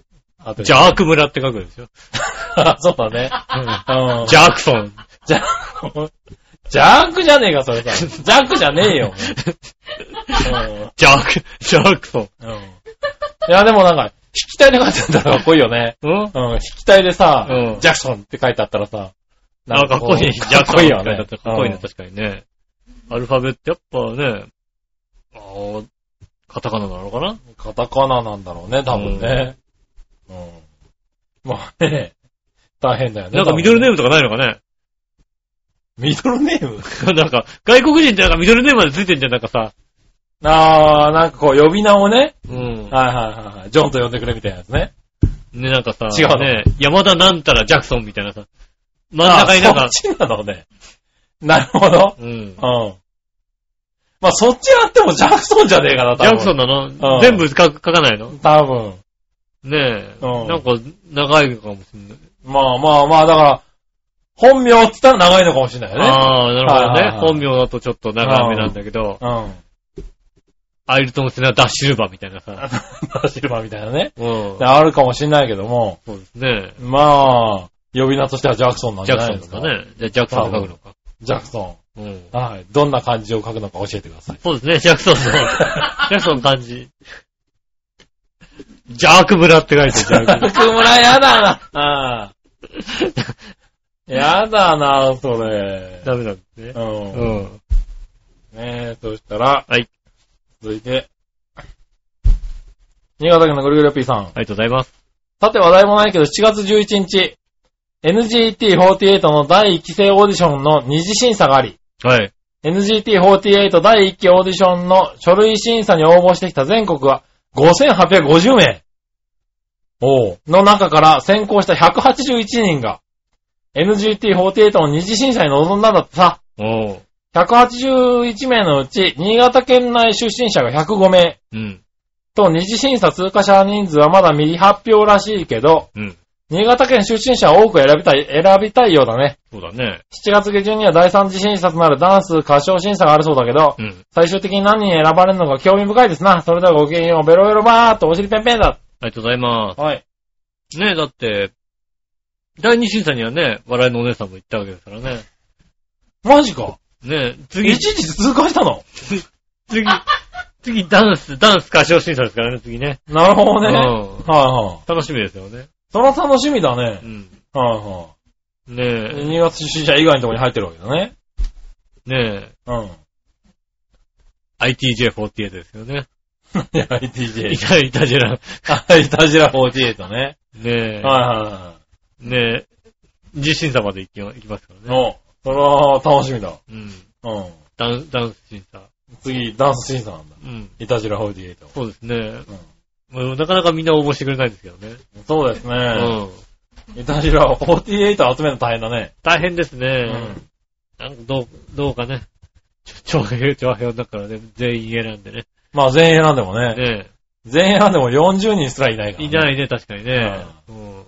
当て
ジ
字
ャーク村って書くでしょ。
*laughs* そうだね。うん。
ジャークソン。
ジャック、 *laughs* ジャックじゃねえか、それさ。ジャックじゃね
*laughs*
えよ。
ジャーク、ジャークソン。
うん。うん。いや、でもなんか、弾き体で書いてあったらかっこいいよね。
うん
うん、弾き体でさ、
うん
ジャクソンって書いてあったらさ、
あ、かっこいい。ジ
か
ャー
っ
クソン
こいいよ
って書
ね
てあっ。たらかっこいいね、
うん
確かにね。アルファベット、やっぱね、あーカタカナなのかな
カタカナなんだろうね、多分ね。うん。まあね、大変だよね。
なんかミドルネーム
ム
とかないのかね *laughs*
ミドルネーム
なんか、外国人ってなんかミドルネームまでついてんじゃん、なんかさ。
あー、なんかこう、呼び名をね、
うん。
はいはいはいはい、ジョンと呼んでくれみたいなやつね。
ね、なんかさ、
違うの
ね、山田なんたらジャクソンみたいなさ、真ん中になん
あ
か、
そっちなのね。なるほど。
うん。
うん。まあ、そっちやってもジャクソンじゃねえかな、多
ジ
分。
ャクソンな
う
の
ん
全部書く書かないの
多分。
ねえ。
うん
なんか、長いかもしんない。
まあまあまあ、だから、本名って言ったら長いのかもしれないよね。
ああ、な
はい
る
はい
ほどね。本名だとちょっと長めなんだけど、
うん。
アイルトン・セナ・ダ・シルバみたいなさ。
*laughs* シルバーみたいなね。
うん。
あるかもしれないけども、
そうですね。
まあ、呼び名としてはジャクソンなん
ジ
じゃ
ャク
な
ソ
い
ンと
ですか。
かね。じゃあ、ジャクソンで書くのか。
ジャクソ
うん。
ン。はい。どんな漢字を書くのか教えてください。
そうですね、ジャクソ
*laughs*
ンの、ジャクソンの漢字。ジャーク村って書いてる、ジャーク
*laughs*
村。
ク村やだな。うん。やだな、それ。
ダメなんですね
う。
う
ん。ね
ん。
え、そしたら、
はい。
続いて、新潟県のぐるぐるピーさん。
ありがとうございます。
さて話題もないけど、7月11日、NGT48 の第1期生オーディションの二次審査があり、
はい。
NGT48 第1期オーディションの書類審査に応募してきた全国は5850名おうの中から選考した181人が NGT48 の二次審査に臨んだんだってさ。
おう。
181名のうち、新潟県内出身者が105名
うん。
と二次審査通過者人数はまだ未発表らしいけど、
うん。
新潟県出身者を多く選びたい、選びたいようだね。
そうだね。
7月下旬には第3次審査となるダンス歌唱審査があるそうだけど、
うん。
最終的に何人選ばれるのか興味深いですな。それではごきげんよう、ベロベロバーっとお尻ペンペンだ。
ありがとうございま
はい。
す。ねえ、だって、第二審査にはね、笑いのお姉さんも行ったわけですからね。
マジか。
ねえ、次
一、時通過したの
次、次ダンス、ダンス歌唱審査ですからね、次ね。
なるほどね。
う
は
ん。
いはい。
楽しみですよね。
それは楽しみだ
う
ね。
ん。
はいは
ね
い。
え、
新潟出身者以外のところに入ってるわけだね。
ねえ、
うん。
ITJ48 ですよね。
いや、
い
ITJ。
た、いたじら。ね
あいたじら48ね。
え、
はいはいは
ねえ、自審査まで行き行きますか
い。
らね。
の、それは楽しみだ。
うん。
うん。
ダンダンス審査。
次、ダンス審査なんだ。
うん。
いたじら48。
そうですね。もうなかなかみんな応募してくれないんですけどね。
そうですね。
うん。
イタジラは48集めるの大変だね。
大変です
う
ね。。なんかどう、どうかね。ちょ、長 *laughs* 編、長編だからね、全員選んでね。
まあ全員選んでもね。
ね
全員選んでも40人すらいないから、
い
ね。
ないね、確かにね。うん。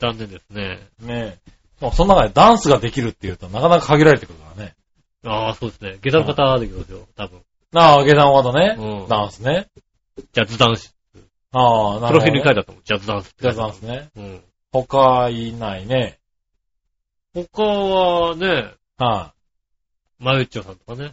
残念ですね。
い。ねえ。その中でダンスができるっていうとなかなか限られてくるからね。
ああ、そうですね。下駄の方はできますよ、多分。
なあ、下段技ね。
うん
ダンスね。
ジャズダンス。
ああ、な
プ
る
ロフィー
ほど、
ル
ね。
に書いてあったもん。ジャズダンスって書いてあ
ダ
っ
ンスね。
た。うん。
他いないね。
他はね、
はい、
マユッチョさんとかね。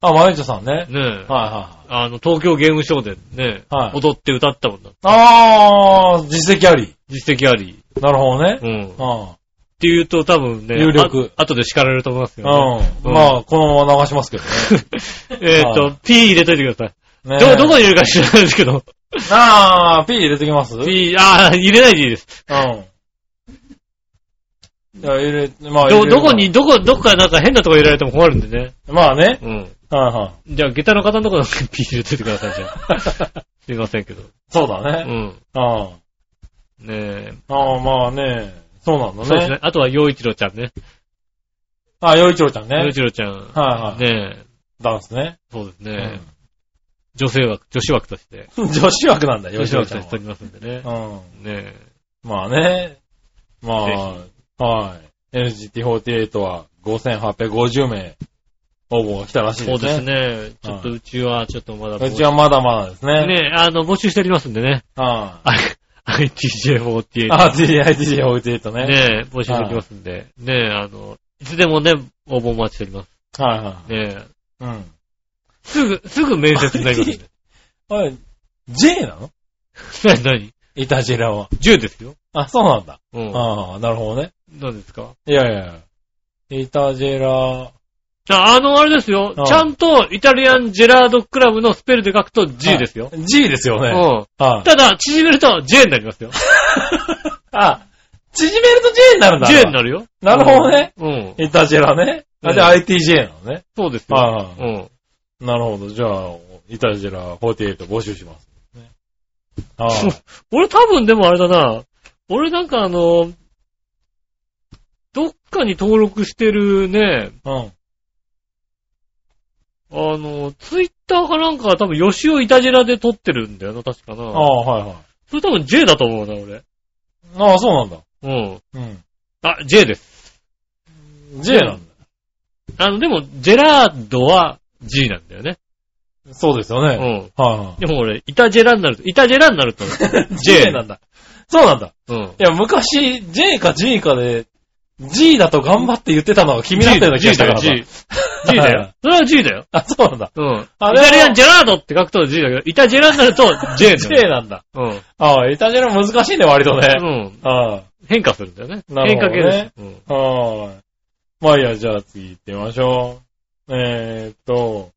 あ。マユチョさんね。
ねえ。
はいはい。
あの、東京ゲームショーでね、
はい
踊って歌ったもんだ。
ああ、実績あり。
実績あり。
なるほどね。
うん。っ
う
ていうと多分ね、
有力
あ後で叱られると思いますよ、
ん。
ね。
うん。まあ、このまま流しますけど
*laughs* えっ
は
と、P 入れといてくださ
ね。
い。ど、どこ
に
にいるか知らないですけど。
ああ、P 入れてきますうん。
P、あー入れないでいいです。
いや入れ、まあ、
ど、
入れる
どこに、どこ、どこかなんか変なとこ入れられても困るんでね。
まあね。
うん。
はいはい。
じゃあ、下駄の方のとこなんか P 入れといてください、じゃあ。
*laughs*
すいませんけど。
そうだ
う
ね。
ん。
あ
ねえ。
あ、まあね。そうなんだね。
そうですね。あとは、洋一郎ちゃんね。
あ、よいちょうちゃんね。
洋一郎ちゃん。
はいはい。
ねえ。
ダンスね。
そうです
う
ね
ん。
女性枠、女子枠として。
女子枠なんだ *laughs* よ、
女
よい
子
ちょ
枠
う
とし
ちゃん
て取りますんでね。
は。
ねえ。
うん。まあね。まあ、はい。NGT48 は5850名応募が来たらしい
そ
で
う
す
です
ね。
ね。ちょっとうちは、ちょっとまだ募集。
うちはまだまだですね。
ねえ、あの、募集しておりますんでね。
は
*laughs* あ ITJ48
い。
ね
あ、TITJ48
え、
ね。
募集しておりますんで。ねえ、あの、いつでもね、応募お待ちしております。
はいは
ねえ。
い。うん。
すぐ、すぐ面接になります
*laughs*
んで。
あれ、J なの
何何
イタジラは。
?10 ですよ。
あ、そうなんだ。
うん。
ああ、なるほどね。
何ですか
いやいやいや。イタジラ、
ああの、あれですよ。
うん
ちゃんと、イタリアンジェラードクラブのスペルで書くと G ですよ。
G ですよね。
うん。
はい。
ただ、縮めると J になりますよ。
あ、縮めると J に *laughs* なるんだ。
J になるよ。
なるほどね。
うん。
イタジェラね。
う
あ、
ん
じゃあ ITJ なのね。
そうですよ。
ああ、
うん。
なるほど。じゃあ、イタジェラ48募集します。ね
*laughs*
あ
そう俺多分でもあれだな。俺なんかあの、どっかに登録してるね、
あ、うん。
あの、ツイッターかなんかは多分吉尾イタジェラで撮ってるんだよな、確か
あ
な。
あ、はいはい。
それ多分 J だと思うな、俺。
ああ、そうなんだ。
うん。
う
あ、J です。
ん。J なん
あの、でも、ジェラードは G なんだよね。
だ。そうですよ
う
ね。
ん。
は
でも俺、イタジェラになると、イタジェラに
*laughs*
なると、
いはい。J なんだ。そうなんだ。
うん。
いや、昔、J か G かで、G だと頑張って言ってたのが君だったような気がしたから
G
さ
だ。よ、G。G
*laughs*
だよ。それは G だよ。
あ、そうなんだ。
うん。
あ
イタリアン
で
ジェラードって書くと G だけど、イタジェラになると J
も
だ
*laughs* J
よ。
なんだ。
うん。
ああ、イタジェラ難しいね、割とね。
うん。
ああ。
変化するんだよね。
なる
変
ほ
化
ど
系
ね
です。うん。
はーい。まあいいや、じゃあ次行ってみましょう。えーっと、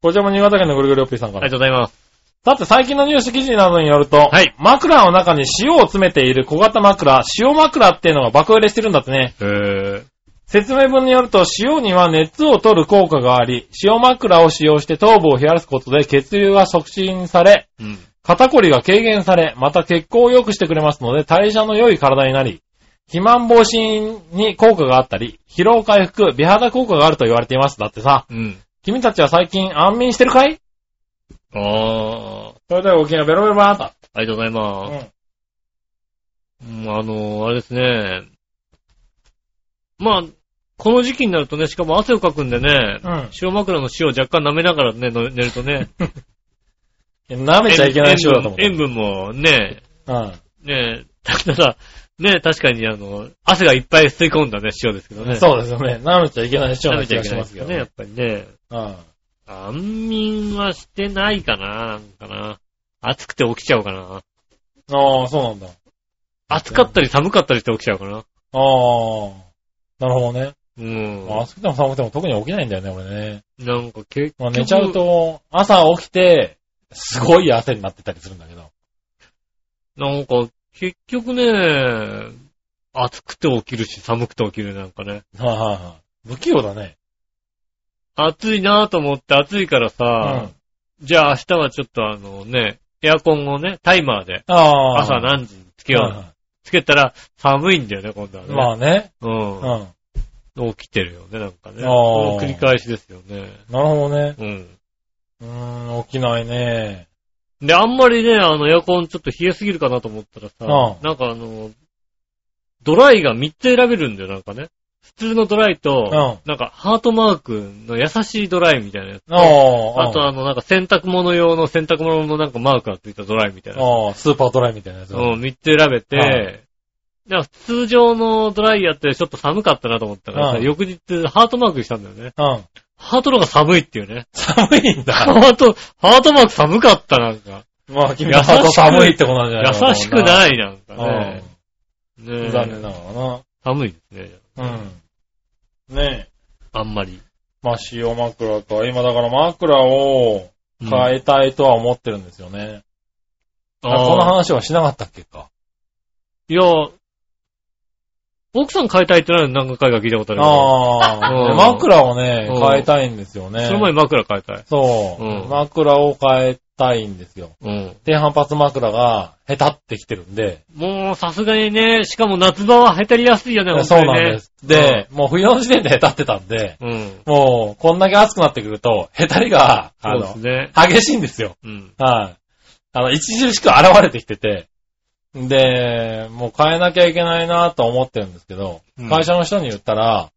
こちらも新潟県のぐるぐるおっぴーさんか
ありが
ら。
とうございます。
さて最近のニュース記事などによると、
はい
枕の中に塩を詰めている小型枕、塩枕っていうのが爆売れしてるんだってね。
へぇ
説明文によると、塩には熱を取る効果があり、塩枕を使用して頭部を冷やすことで血流が促進され、
うん。
肩こりが軽減され、また血行を良くしてくれますので、代謝の良い体になり、肥満防止に効果があったり、疲労回復、美肌効果があると言われています。だってさ、
うん。
君たちは最近安眠してるかい
あー。
それではごきげんようベロベロバーだ。
ありがとうございうま
ん。
す。うん、あのー、あれですね。まあ、この時期になるとね、しかも汗をかくんでね、
うん
塩枕の塩を若干舐めながらね、の寝るとね、
舐 *laughs* めちゃいけない塩だと思う。
塩分もね、
うん。
ね、ただ、ね、確かにあの、汗がいっぱい吸い込んだね、塩ですけどね。
そうですよね。舐めちゃいけない塩
食べ
な
ち
気
ゃ
が
いけ
し
ない
ま
ですす
け
よ
ど
ね、やっぱりね。
うん。
安眠はしてないかな、なんかな。暑くて起きちゃうかな。
ああ、そうなんだ。
暑かったり寒かったりして起きちゃうかな。
ああ。なるほどね。
うん。
暑くても寒くても特に起きないんだよね、俺ね。
なんか結
まあ
局。
寝ちゃう。と、朝起きて、すごい汗になってたりするんだけど。
なんか、結局ね、暑くて起きるし、寒くて起きる、なんかね。
はいはいはい。不器用だね。
暑いなと思って、暑いからさ、
うん
じゃあ明日はちょっとあのね、エアコンをね、タイマーで、
ああ。
朝何時につけよう、
はいは
つけたら寒いんだよね、今度はいね。
まあね。うん。
う
なる
ん。起きてるよね、なんかね。
あー
この繰り返しですよね。
ほどね。
うん。
うーん、起きないね。
で、あんまりね、あの、エアコンちょっと冷えすぎるかなと思ったらさ、
うん
なんかあの、ドライが3つ選べるんだよ、なんかね。普通のドライと、なんかハートマークの優しいドライみたいなやつ。
ああ。
あとあの、なんか洗濯物用の洗濯物のなんかマークがついたドライみたいな。
ああ、スーパードライみたいなやつ。
うん、3つ選べ
は
て、なんか通常のドライヤーってちょっと寒かったなと思ったからさ、
うん
翌日ハートマークにしたんだよね。
うん。
*laughs* ハートの方が寒いっていうね。 *laughs*
寒いんだ。
ハート、ハートマーク寒かったなんか。
まあ、君は相当寒いってことなんじゃない
優しく
い。
ない、なんかね。
う
ね
ん。
え
残念なの
寒いですね。
かな。うん。ねえ。
あんまり。
まあ、塩枕か。今だから枕を
うん
変えたいとは思ってるんですよね。あこの
あー
話はしなかったっけか。
いや、奥さん変えたいってなる何回か聞いたことあるけど。
ああ、
うん
で枕をね、
うん
変えたいんですよね。
その前に枕変えたい。
そう、
うん
枕を変えたいんですよ。
うん。
低反発枕が下手ってきてるんで。
もうさすがにね、しかも夏場はへたりやすいよね、本当
そう
に
なん
ね
で。す。で、もう冬の時点で下手ってたんで、
うん。
もうこんだけ暑くなってくると、下手りが、
そ
あ
うで
の
す、ね。
激しいんですよ。
うん。
はい。あの、著しく現れてきてて、で、もう変えなきゃいけないなと思ってるんですけど、
うん
会社の人に言ったら、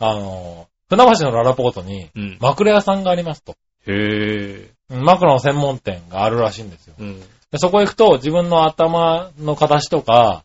あの、船橋のララポートに
うん。
枕屋さんがありますと。
へえ。
うん枕の専門店があるらしいんですよ。
うん。
でそこ行くと自分の頭の形とか、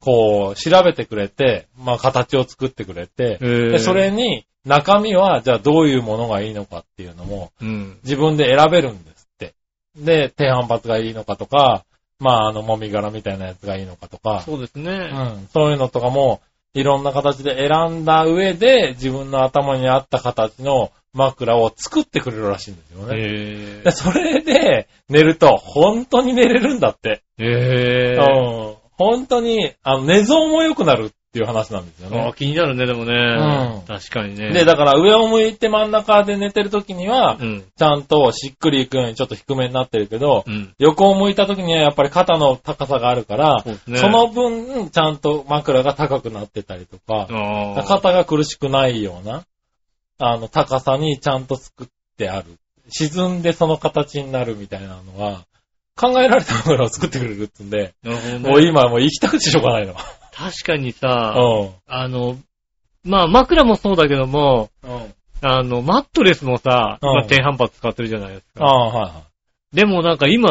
こう、調べてくれて、まあ形を作ってくれて、
へえ。
でそれに中身はじゃあどういうものがいいのかっていうのも
うん。
自分で選べるんですって。で、低反発がいいのかとか、まああの、もみ殻みたいなやつがいいのかとか、
そうです
う
ね。
ん、そういうのとかもいろんな形で選んだ上で自分の頭に合った形の枕を作ってくれるらしいんですよね。
へ
で、それで、寝ると、本当に寝れるんだって。
え。へえ。
うん。本当に、あの、寝相も良くなるっていう話なんですよ
あ
ね
ー。気になるね、でもね
う。ん
確かにね。
で、だから上を向いて真ん中で寝てる時には
う、ん。
ちゃんとしっくりいくようにちょっと低めになってるけど
う、ん。
横を向いた時にはやっぱり肩の高さがあるから
そうで、すね
その分、ちゃんと枕が高くなってたりとか、
ああ。
肩が苦しくないような、あの、高さにちゃんと作ってある。沈んでその形になるみたいなのは、考えられたものを作ってくれるっつうんで、
なるほどね
もう今もう行きたくてしょうがないの。
確かにさ、
う
あの、まあ枕もそうだけども、
ん。うん。
あの、マットレスもさ、
うん
まあ低反発使ってるじゃないです
あ
か。
あ、は
でもなんか今、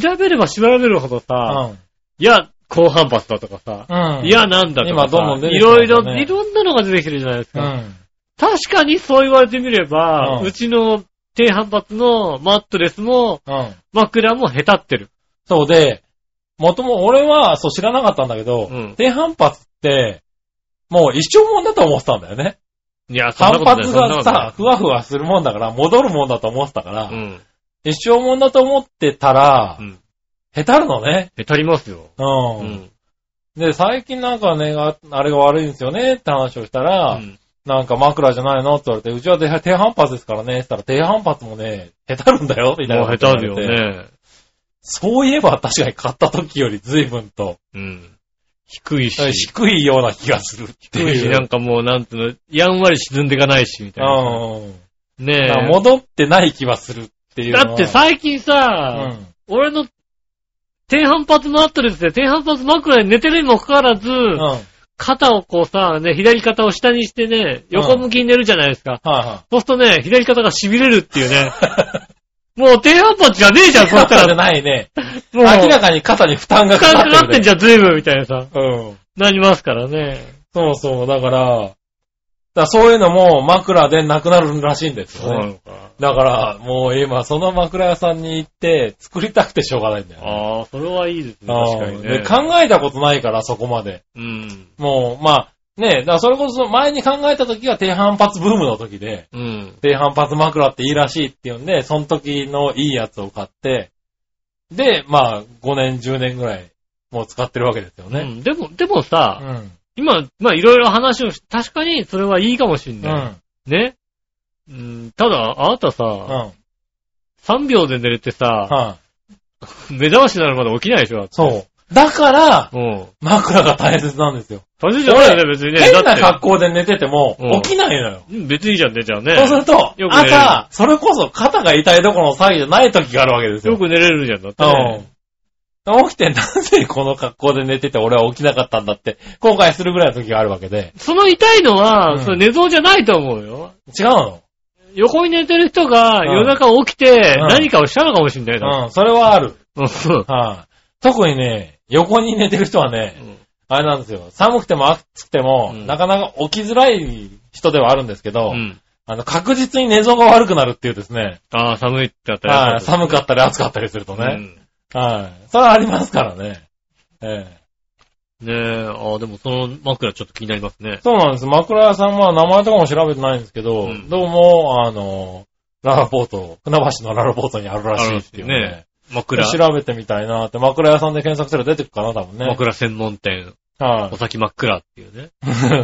調べれば調べるほど
い
さ、
はい。
いや、高反発だとかさ、
うん。うん。
いや、なんだとか
今どんどん
さ、
出て
い
きてます
ろ
よ
いろ、
ね
いろんなのが出てきてるじゃないです
う
か。
ん。
確かにそう言われてみれば、
うん
うちの低反発のマットレスも
うん。
枕も下手ってる。
そうで、もとも俺はそう知らなかったんだけど、
うん
低反発って、もう一生もんだと思ってたんだよね。
いや、そんな
反
ことない。
発
そんな
が
ことな
さ
い、
ふわふわするもんだから、戻るもんだと思ってたから、
うん。
一生もんだと思ってたら、
うん。
下手るのね。
下手りますよ。
う。
うんん。
で、最近なんかね、ああれが悪いんですよねって話をした
う
ら、
ん。
なんか枕じゃないのって言われて、うちは低低反発ですからねって言ったら、低反発もね、下手るんだよみたい
も
な。
う下手るよ。ね。
そういえば確かに買った時より随分と
うん。低いし。
低いような気がするって
低い
い
し、
う。
なんかもう、なんつうの、やんわり沈んでいかないし、みたいな。
うん。
ね
なんか
え。
戻ってない気はするっていうのは。
だって最近
う
さ、
ん。
俺の低反発マットレスで低反発枕で寝てるにもかかわらず、
うん。はい
肩をこうさ、ね、左肩を下にしてね、横向きに寝るじゃないですか。
は
そうするとね、左肩が痺れるっていう
*laughs*
ね。 *laughs* もう低反発じゃねえじゃん、
い。
そした
枕じゃ
ら。
ないね。
もう、
*laughs* 明らかに肩に負担が
負
か
担か
かってる、
かってんじゃん、随分、みたいなさ。
ゃん。うん。
なりますからね。
そうそう、だから、だからそういうのも枕でなくなるらしいんですよね。
のか。
だから、もう今、その枕屋さんに行って、作りたくてしょうがないんだよね。
ああ、それはいいですね。
あー
確かにね。
で考えたことないから、そこまで。
うん。
もう、まあ、ねだからそれこそ前に考えた時が低反発ブームの時で、
うん。
低反発枕っていいらしいっていうんで、その時のいいやつを買って、で、まあ、5年、10年ぐらい、もう使ってるわけですよね。
うんでも、でも
う
さ、
ん。
今、まあいろいろ話をし、確かにそれはいいかもしん
う
ない。
ん。
ね。うん、ただ、あなた
うん。
さ、
はい、
3秒で寝れてさ、目覚ましになるまで起きないでしょ
そう。だから、
う。うん。
枕が大切なんですよ。
大切じゃないよね、別にね。
変な
だっ
格好で寝てても
うん
起きないのよ。
て、うん別にいいじゃんね、じゃあ
そうする
ね。
と
よ、く寝れる
朝、それこそ肩が痛いどころの詐欺じゃない時があるわけですよ。
よく寝れるじゃん、だってね。
うん。起きてなんでこの格好で寝てて俺は起きなかったんだって後悔するぐらいの時があるわけで。
その痛いのは、
うん
それ寝相じゃないと思うよ。
違うの
横に寝てる人が
うん
夜中起きて
うん
何かをしたのかもしんないな。
うん、それはある。
うん
はい、特にね、横に寝てる人はね、あれなんですよ。寒くても暑くても、
うん
なかなか起きづらい人ではあるんですけど、
うん。
あの、確実に寝相が悪くなるっていうですね。
ああ、寒いってあったら
はい。寒かったり暑かったりすると
っ
ね。はい。それはありますからね。ええ。
ねえ、ああ、でもその枕ちょっと気になりますね。
そうなんです。枕屋さんは名前とかも調べてないんですけど、
うん
どうも、あの、ララポート、船橋のララポートにあるらしいっていう
あるんです
ね。
枕、
調べてみたいなって、枕屋さんで検索すれば出てくかな、多分ね。
枕専門店、
は
お先真っ暗っていうね。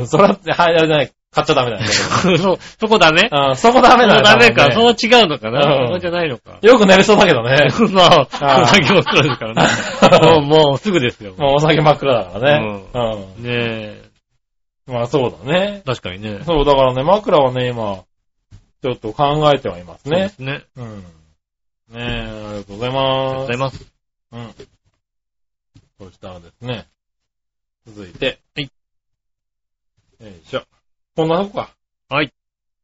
い。それは、はい、あれじゃない。買っちゃダメだよね。
*laughs* そ、そこダメ
うん、そこダメだ
そ
よ
うダメか。
多
そ
分ね
う違うのかな。
うん。
そうじゃないのか
よく寝れそうだけどね。
ま *laughs* あ、 *laughs*
あー
お酒もそうですからね。もう、
*laughs*
もうすぐですよ。
もうお酒真っ暗だからね。うん。
ねえ、
まあそうだね。
確かにね。
そう、だからね、枕はね、今、ちょっと考えてはいます
そうで
ね。
すね。
うん。ねえ、ありがとうござい
ありがとう
ま
ご
す
ざい。ます。
うん。そしたらですね、続いて。
はい
よいしょ。こんなとこか。
はい。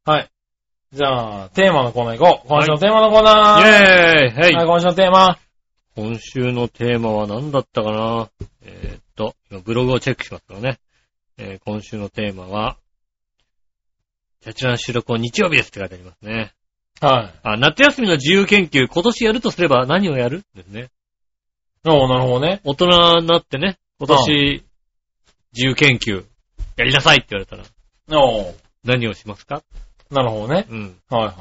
はい。じゃあ、テーマのコーナー行こう。今週のテーマのコー
イェ
ナー。
ーイ
は、
はいい。
今週のテーマ。
今週のテーマは何だったかなえーっと、今ブログをチェックしますからね。えー今週のテーマは、こちらの収録は日曜日ですって書いてありますね。
はい。
あ、夏休みの自由研究、今年やるとすれば何をやるですね。
おーなるほどね。
大人になってね、今年、自由研究、やりなさいって言われたら、
おー
何をしますか
なるほどね。
うん。
はいはい。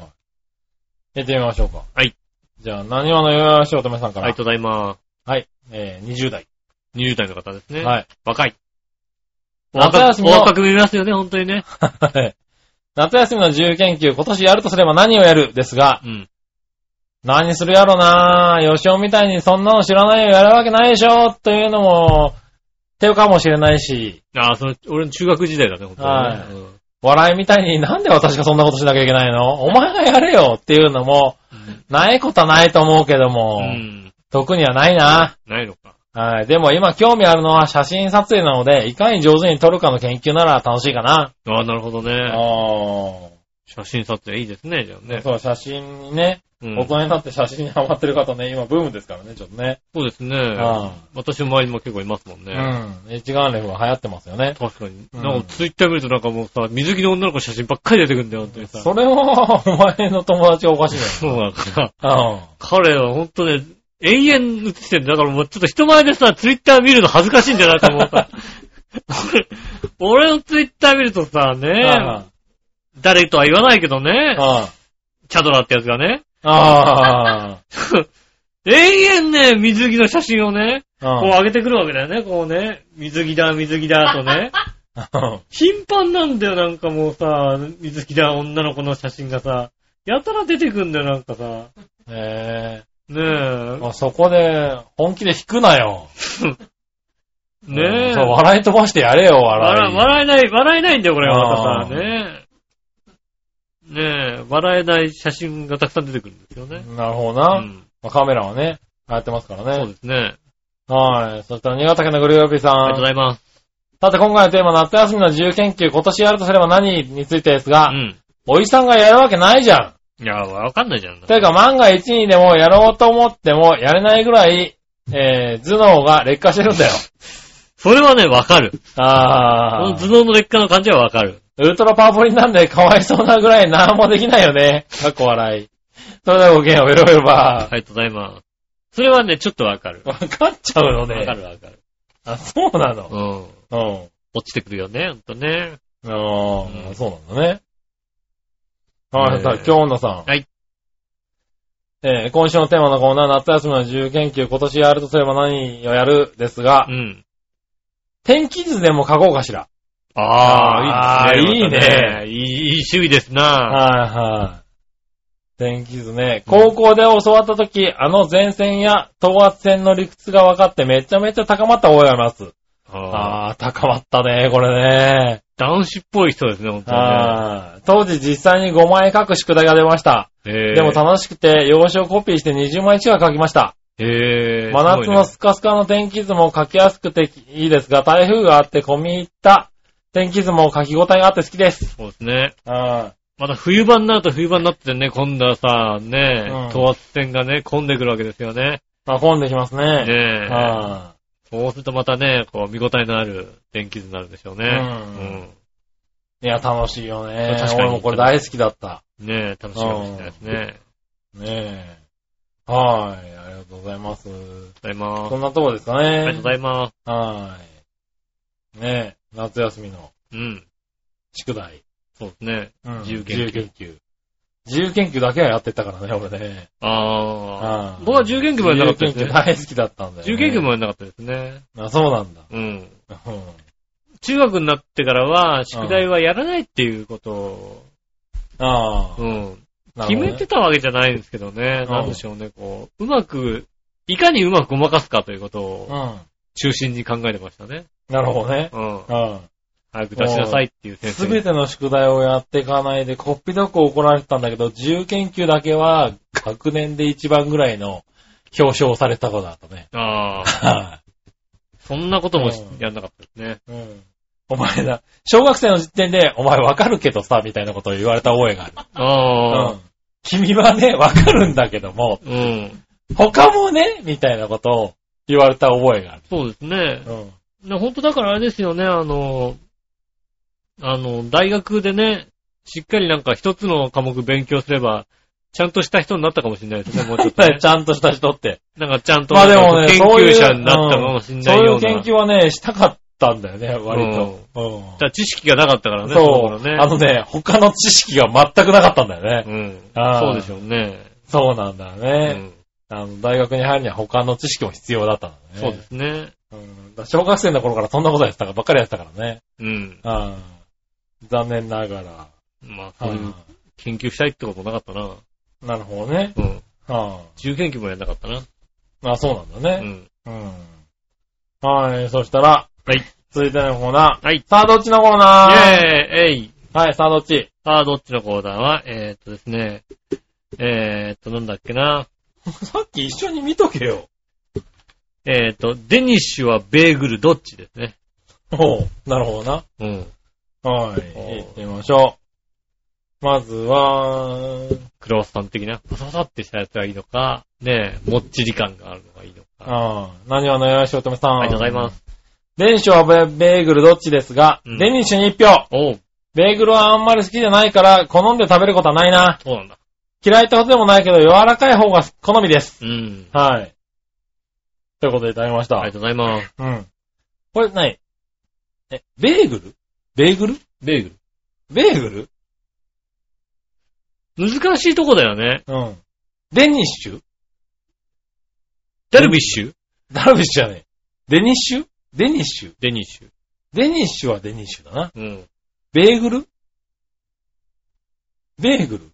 やってみましょうか。
はい。
じゃあ、何話のよよしおとめさんか
あ
ら。
りがとうございま
はい。えー、20代。
す。20代の方ですね。い。
はい。 *laughs*
若い。お
夏
若
休
く、
み
お
の
若く見えますよね、本当
*laughs*
にね。
はい夏休みの自由研究、今年やるとすれば何をやるですが、
うん。
何するやろなぁ。吉尾みたいにそんなの知らないよやるわけないでしょというのも、手かもしれないし、
ああ、その、俺の中学時代だね、本当にね。
はい
うん
笑いみたいになんで私がそんなことしなきゃいけないのお前がやれよっていうのも、ないことはないと思うけども、
うん。
特にはないな。
ないのか。
はい。でも今興味あるのは写真撮影なので、いかに上手に撮るかの研究なら楽しいかな。
ああ、なるほどね。
あ
写真撮影いいですね、じゃあ
ー
ね。
そう、写真にね、
うん
大人になって写真にハマってる方ね、今ブームですからね、ちょっとね。
そうです
あ
ね。私の周りにも結構いますもん
う
ね。
ん。一眼レフが流行ってますよね。
確かに。
うん
なんかツイッター見るとなんかもうさ、水着の女の子の写真ばっかり出てくるんだよ、本当にさ。
それは、お前の友達がおかしいね。
そうだから。
うん。
彼は本当ね、永遠映ってんだ。だからもうちょっと人前でさ、ツイッター見るの恥ずかしいんじゃないかと思った。俺、俺のツイッター見るとさ、ね、
あ
誰とは言わないけどね、
あ。
チャドラってやつがね、 *laughs*
あ
永遠ね、水着の写真をね、こう
あ。
上げてくるわけだよね、こうね、水着だ、水着だとね。頻繁なんだよ、なんかもうさ、水着だ、女の子の写真がさ、やたら出てくんだよ、なんかさ。
*laughs* え
ねえ
え。もうそこで、本気で引くなよ。
ねえ。
そう、笑い飛ばしてやれよ、笑
笑
い。
笑えない、笑えないんだよ、これはま
あ
た
ー
さ、ねえ。ねえ、笑えない写真がたくさん出てくるんですよね。
なるほど
う
な。
ん。
まあカメラはね、やってますか
そう
らね
で。すね。
はい。そしたら、新潟県のグルーピーさ
ありがとうご
ん。
ざいます。
さて、今回のテーマ、夏休みの自由研究、今年やるとすれば何についてです
う
が、
ん。
おじさんがやるわけないじゃん。
いや、わかんないじゃん。
というか、万が一にでもやろうと思っても、やれないぐらい、えー、頭脳が劣化してるん *laughs* だよ。
それはね、わかる。こ
あ
の
あ。
頭脳の劣化の感じはわかる。
ウルトラパーポリンなんでかわいそうなぐらい何もできないよ *laughs* ね。かっこ笑い。それではごきげんよう、ベロベロ
あ
バ
りがとうございます。それはね、ちょっとわかる。
ー。わかっちゃうよね。
わかるわかる。
あ、そうなの。
うん。
うん。
落ちてくるよね、ほんとね。
あ
う
あ、
ん
そうなんだね。は
ねえ
い、さあ、今日のさん。
はい。
えー今週のテーマのコーナー、夏休みの自由研究、今年やるとすれば何をやるですが
う、ん。
天気図でも書こうかしら。
ああ、いいです
あ
ね。いいね。いい、いい趣味ですな。
はいはい。天気図ね。高校で教わったとき、あの前線や等圧線の理屈が分かってめちゃめちゃ高まった覚えがあります。
あー
あー、高まったね、これね。
男子っぽい人ですね、ほんとにね。
あー当時実際に5枚書く宿題が出ました。
えー
でも楽しくて、用紙をコピーして20枚近く書きました。
へぇ
真夏のスカスカの天気図も書きやすくていいですが、台風があって込み入った天気図も書き応えがあって好きです。
そうですね。
あ
また冬場になると冬場になってね、今度はさ、ね
う、ん
等圧線がね、混んでくるわけですよね。
ーまあ、混んできますね。
ねえ。
あー
そうするとまたね、こう、見応えのある天気図になるでしょうね。
うんいや、楽しいよね。
確かに
俺もこれ大好きだった。
ねえ、楽しみにしたいですね。ありがと
ねえ。はい。ありがとうございます。
うございます
そん。なとこですかね。
ありがとうございます。
はい。ねえ、夏休みの
うん。
宿題。
そうですね。
うん
自由研
自由研究。自由研究だけはやってたからね、俺ね。
あ
う
あ。
ん
僕は自由研究もやんなかったです
自由
ね
研。究大好きだったんだよ、
自
ね。
由研究もやんなかったですね。
あ、そうなんだ。
うん。
うん
中学になってからは、宿題はやらないっていうことを、
ああ
う。ん。
なるほどね
決めてたわけじゃないんですけどね。
ん
なんでしょうね、こう。うまく、いかにうまくごまかすかということを
う
中心に考えてましたね。
ん。なるほどね。
うん。
うん。
早く出しなさいっていう先生
す
に。
べての宿題をやっていかないで、こっぴどく怒られてたんだけど、自由研究だけは、学年で一番ぐらいの表彰をされたことだったね。
ああ。
は
そんなこともし
うん
やんなかったですね。
い。うん。お前だ。小学生の時点で、お前わかるけどさ、みたいなことを言われた覚えがあ
あ
る
あ。。
君はね、わかるんだけども、
うん。
他もね、みたいなことを言われた覚えがある。
そうですね。
うん。。
ね、本当だからあれですよね、あの、あの、大学でね、しっかりなんか一つの科目勉強すれば、ちゃんとした人になったかもしれないですね、もうちょっと、ね
*laughs* ちゃんとした人って。
なんかちゃんと、
まあでもね
研
そうい
究
う
者になったかもしれ
そ
ないう
い
よ
う
うな。
研究はね、したかったんだよね、割と。うん
だから知識がなかったからね、
そう、
の頃ね。
あのね、他の知識が全くなかったんだよね。
うん。
あー
そうでしょうね。
そうなんだよ
う
ね、
ん。
あの。大学に入るには他の知識も必要だったんだね。
そうですね。
うんだ小学生の頃からそんなことやってたからばっかりやってたからね。
うん。
あー残念ながら。
まあ、
あ
そういう研究したいってことなかったな。
ーなるほどね。
うん。
あ
自由研究もやんなかったな。
ーあ、そうなんだ
う
ね。
ん。
うん。はい、そしたら、
はい。
続いてのコーナー。
はい。イ
さあ、どっちのコーナ
ェ
ー
ーイえい
はい、さあ、どっち
さあ、どっちのコーナーは、えー、っとですね、えー、っと、なんだっけな、
さっき一緒に見とけよ。
えー、っと、デニッシュはベーグルどっちですね。
おう、なるほどな。
うん。
はい。
お
行ってみましょう。まずは、
クロワッサン的な、パサパサってしたやつがいいのか、ねえ、もっちり感があるのがいいのか。
ああ、何はのよしおとめさん。
ありがとうございます。
デニッシュはベベーグルどっちですが、
うん
デニッシュに一票。
おう、
ベーグルはあんまり好きじゃないから、好んで食べることはないな。
そうなんだ。
嫌いってことでもないけど、柔らかい方が好みです。
うん。
はい。ということでいただきまし
あ
た
りが。とうございます。
うん。これ何え、ベーグルベーグル
ベーグ
ベーグル
ル。難しいとこだよね。
うん。デニッシュ
ダルビッシュ
ダルビッシュじゃねえ。デニッシュデニッシュ
デニッシュ。
デニッシュはデニッシュだな。
うん。
ベーグルベーグル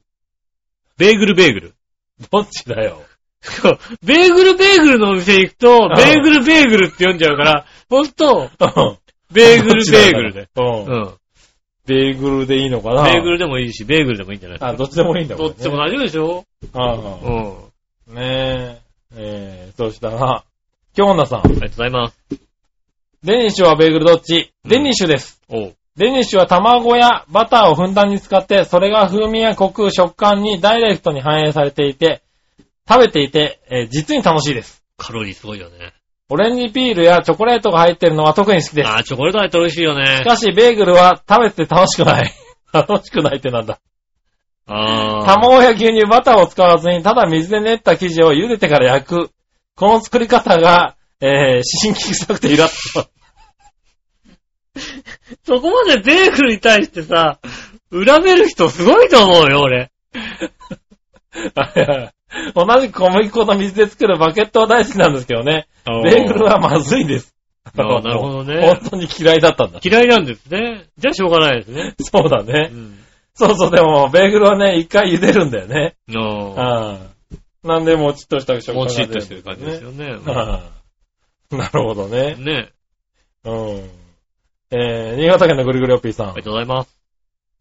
ベーグルベーグル。
どっちだよ。
*laughs* ベーグルベーグルのお店行くと、
ん
ベーグルベーグルって読んじゃうから、ほんと、 *laughs* ベーグルベーグルで。。
*laughs* うん。
うん。
ベーグルでいいのかな
ベーグ
ル。
ルでもいいし、ベーグルでもいいんじゃない
あ、どっちでもいいんだ
どっちも大丈夫でしょ
あ
うん。あ
あ。ねえ。えー、そしたら、京女さん。
りがとうございます。
デニッシュはベーグルどっちデニッシュです。
おう。
デニッシュは卵やバターをふんだんに使って、それが風味やコク、食感にダイレクトに反映されていて、食べていて、えー実に楽しいです。
カロリーすごいよね。
オレンジピールやチョコレートが入ってるのは特に好きです。
あー、チョコレート入って美味しいよね
し。かし、ベーグルは食べて楽し
*laughs*
くない。楽しくないってなんだ。
あー。
卵や牛乳、バターを使わずに、ただ水で練った生地を茹でてから焼く。この作り方が、えー、新規臭くてイ *laughs* ラッと。
*laughs* そこまでベーグルに対してさ、恨める人すごいと思うよ、俺。
同じく小麦粉と水で作るバケットは大好きなんですけどね。ベーグルはまずいです。
あーなる *laughs* ほどね
*laughs* 本当に嫌いだったんだ。
嫌いなんですね。じゃあしょうがないですね。
そうだ
う
ね。
ん。
そうそう、でも、ベーグルはね、一回茹でるんだよね。
あ
うん。なんで、もちっとした食
ー。
感
も
が出
ち
る
っとしてる感じですよね。
うんなるほどね。
ね。
うん。えー、新潟県のぐるぐるおっぴーさ
あ
ん
りが。とうございます。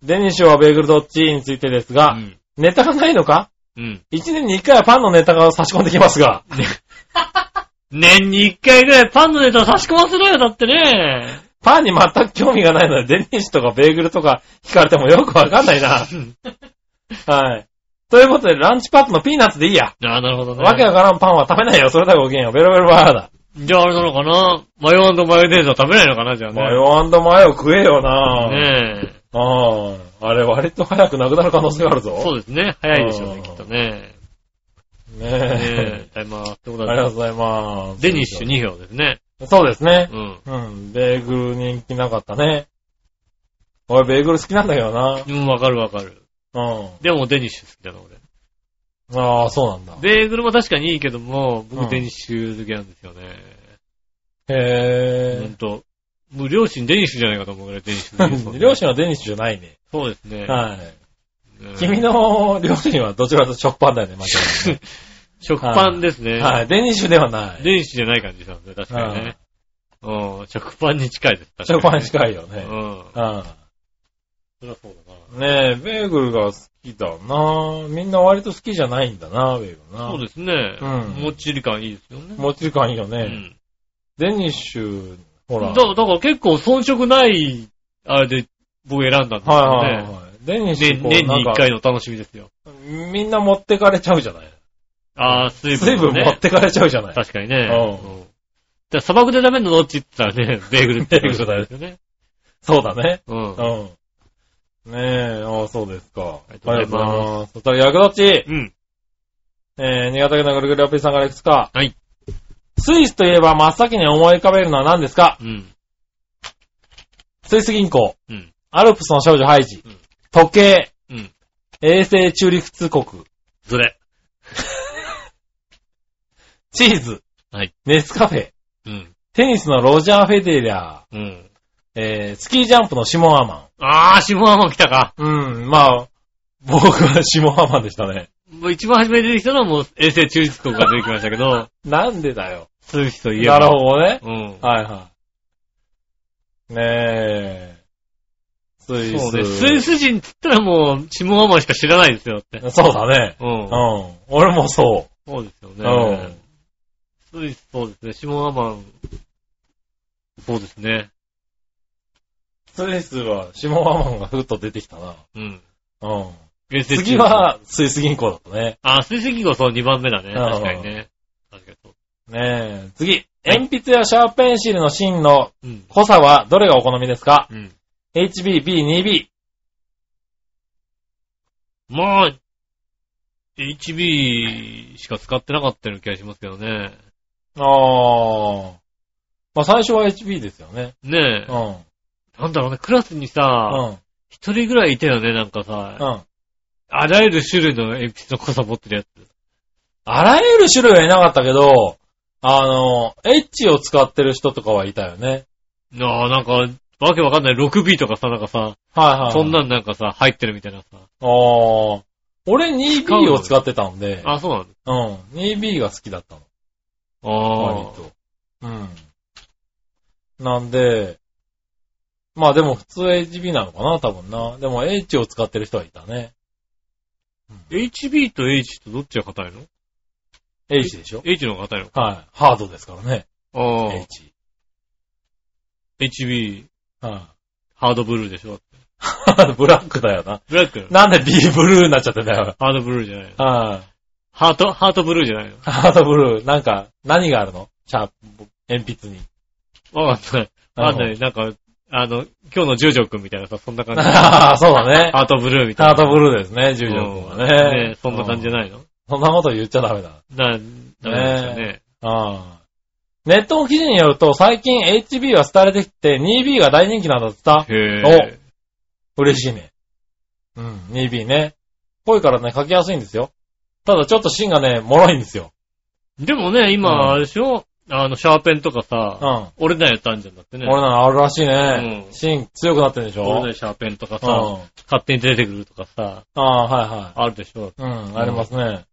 デニッシュはベーグルどっちについてです
う
が、
ん。
ネタがないのか
うん。
一年に一回はパンのネタが差し込んできますが、
年に一回ぐらいパンのネタ差し込ませろよ、だってね。 *laughs*
パンに全く興味がないので、デニッシュとかベーグルとか聞かれてもよくわかんないな。はい。ということで、ランチパックのピーナッツでいいや。
あー、なるほどね。
わけわからんパンは食べないよ。それだけごきげんよう。ベロベロバーだ。
じゃああれなのかなマヨマヨネーズは食べないのかなじゃあね。
マヨマヨ食えよな
ね
ああ、あれ割と早くなくなる可能性があるぞ。
そうですね。早いでしょう
うん
ね、きっとね。
ね
ね
え。
え、ありがとうございます。ってことで
ありがとうございます。
デニッシュ2票ですね。
そうですね
う。ん。
うん。ベーグル人気なかったね。俺、ベーグル好きなんだけどな。
うん、わかるわかる。
うん。
でもデニッシュ好きだな、俺。
ああ、そうなんだ。
ベーグルも確かにいいけども、
うん
僕デニッシュ好きなんですよね。ほ
へ
んと。もう両親デニッシュじゃないかと思うぐらいデニッシュ好きですもん
え。
ね
両親はデニッシュじゃないね。
そうですね。
はい。
うん
君の両親はどちらかというと食パンだよね、間違い
食 *laughs* パンですね。
なくはい。デニッシュではない。
電子じゃない感じなんで、確かにね。うん、食パンに近いです。確か
食パン
い。
に近いよ
う
ね。
ん。
うん。
そりゃそうだな。
ねえ、ベーグルが好きだな。みんな割と好きじゃないんだな、ベーグルな。
そうですね。
うん
もっちり感いいですよね。
もっちり感いいよ
う
ね。
ん。
デニッシュ、ほら。
だだから結構遜色ない、あれで僕選んだんですよ
はいは
ね。
いはい。デニッシ
ね
ュこう
年に
なん
一
か
回の楽しみですよ。
みんな持ってかれちゃうじゃない。
ああ、水
水
分も
分
ね。
持ってかれちゃうじゃない。
確かにね。
う
うんじゃあ砂漠でダメなのどっちって言った *laughs* らね、ベーグルって言ったらですよね。
そうだね。
うん
う。ん。ねえ、ああ、そうですか。
ありがとうございます
す。そしたら、役どっち
うん。
えー、新潟県のぐるぐるアピーさんからいくつか。
はい。
スイスといえば真っ先に思い浮かべるのは何ですか
うん。
スイス銀行、
うん。
アルプスの少女ハイジ
うん、
時計、
うん。
衛星中立通告、
ずれ。
チーズ、
はい。
ネスカフェ、
うん。
テニスのロジャー・フェデラ
うん。
ー、えー、スキージャンプのシモン・アマ
ああ、下浜来たか。
ン。うん、まあ、僕はシモン・アマンでしたね。
もう一番初めに出てきたのはもう衛星中立国が出てきましたけ *laughs* ど、
なんでだよ。
そういう人言えば。
なるほどね。
ど。うん。
はいはい。ねえ。スイス。
そうね。スイス人って言ったらもう、下浜しか知らないですよって。
そうだね。
うん
う。ん。俺もそ
そうですよ
う。うん
ね。。スイス、そうですね。下浜、そうですね。
スイスは、シモン・アマンがふっと出てきたな。
うん。
うん。
衛星中立
次は、スイス銀行だったね。
あ、スイス企業そう2番目だね。
うん
確かにね。確かにそう。
ねえ。次。鉛筆やシャーペンシルの芯の
うん。
濃さはどれがお好みですか
うん。
?HB、B、2B。
まあ、HB しか使ってなかったような気がしますけどね。
あー。まあ、最初は HB ですよね。
ねえ
う。ん。
なんだろうね、クラスにさ、
うん。
一人ぐらいいたよね、なんかさ、
うん。
あらゆる種類の鉛筆の濃さ持ってるやつ。
あらゆる種類はいなかったけど、あの、エッチを使ってる人とかはいたよね。
ああ、なんか、わけわかんない 6B とかさ、なんかさ、
はいはい。
そん。なんなんかさ、入ってるみたいなさ。
あー。俺
使う
2B
の
を使ってたので、
あ、そうなの
うん。2B が好きだったの。割
ああ。
と。うん。なんで、まあでも普通 HB なのかな、多分な。でも H を使ってる人はいたね。
HB と H とどっちが硬いの
H でしょ
?H の方が硬いの
はい。ハードですからね。
ああ。
H。
HB、
は
ハードブルーでしょ
い。 *laughs* ブラックだよな。
ブラック
なんで B ブルーになっちゃってんだよ。
ハードブルーじゃないの
はい。
ハート、ハートブルーじゃないの
ハードブルー、なんか、何があるのシャープ、鉛筆に。
わかんない。わかんない。なんか、あの、今日の十条くんみたいなさ、そんな
*laughs*
感じ。
ああ、そうだね。
ハートブルーみたい
ハ
な。
ードブルーですね、十条君はね。
ねそんな感じじゃ
い。
ないの
そんなこと言っちゃダメだ。
な、ダメですよね。
ああ。ネットの記事によると、最近 HB は廃れてきて、2B が大人気なんだってさ。
へ
お
ぇ
嬉しいね。うん、2B ね。濃いからね、書きやすいんですよ。ただちょっと芯がね、脆いんですよ。
でもね、
うん
今、あれでしょあの、シャーペンとか
うん。
さ、折れないやつあんじゃんだってね。
俺なのあるらしいね。
うん
芯強くなってるんでしょ
折れないシャーペンとか
う
さ、
ん。
勝手に出てくるとかさ、
ああ、はいはい。
あるでしょ。
うん、ありますね。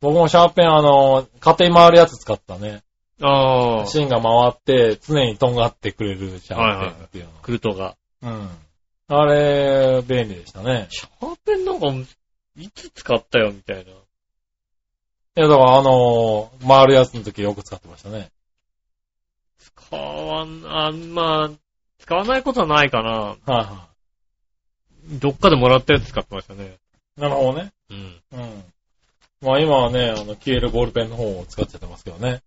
僕もシャーペン、あの、家庭回るやつ使ったね。
ああ、
芯が回って、常にとんがってくれるシャーペンっていうの。
クルトが。
うん。あれ、便利でしたね。
シャーペンなんか、いつ使ったよみたいな。
いや、だからあの回るやつの時よく使ってましたね。
使わん、あんま、使わないことはないかな。
はいは
どっかでもらったやつ使ってましたね。
い。なるほどね。
うん。
うん。まあ今はね、あの、消えるボールペンの方を使っちゃってますけどね。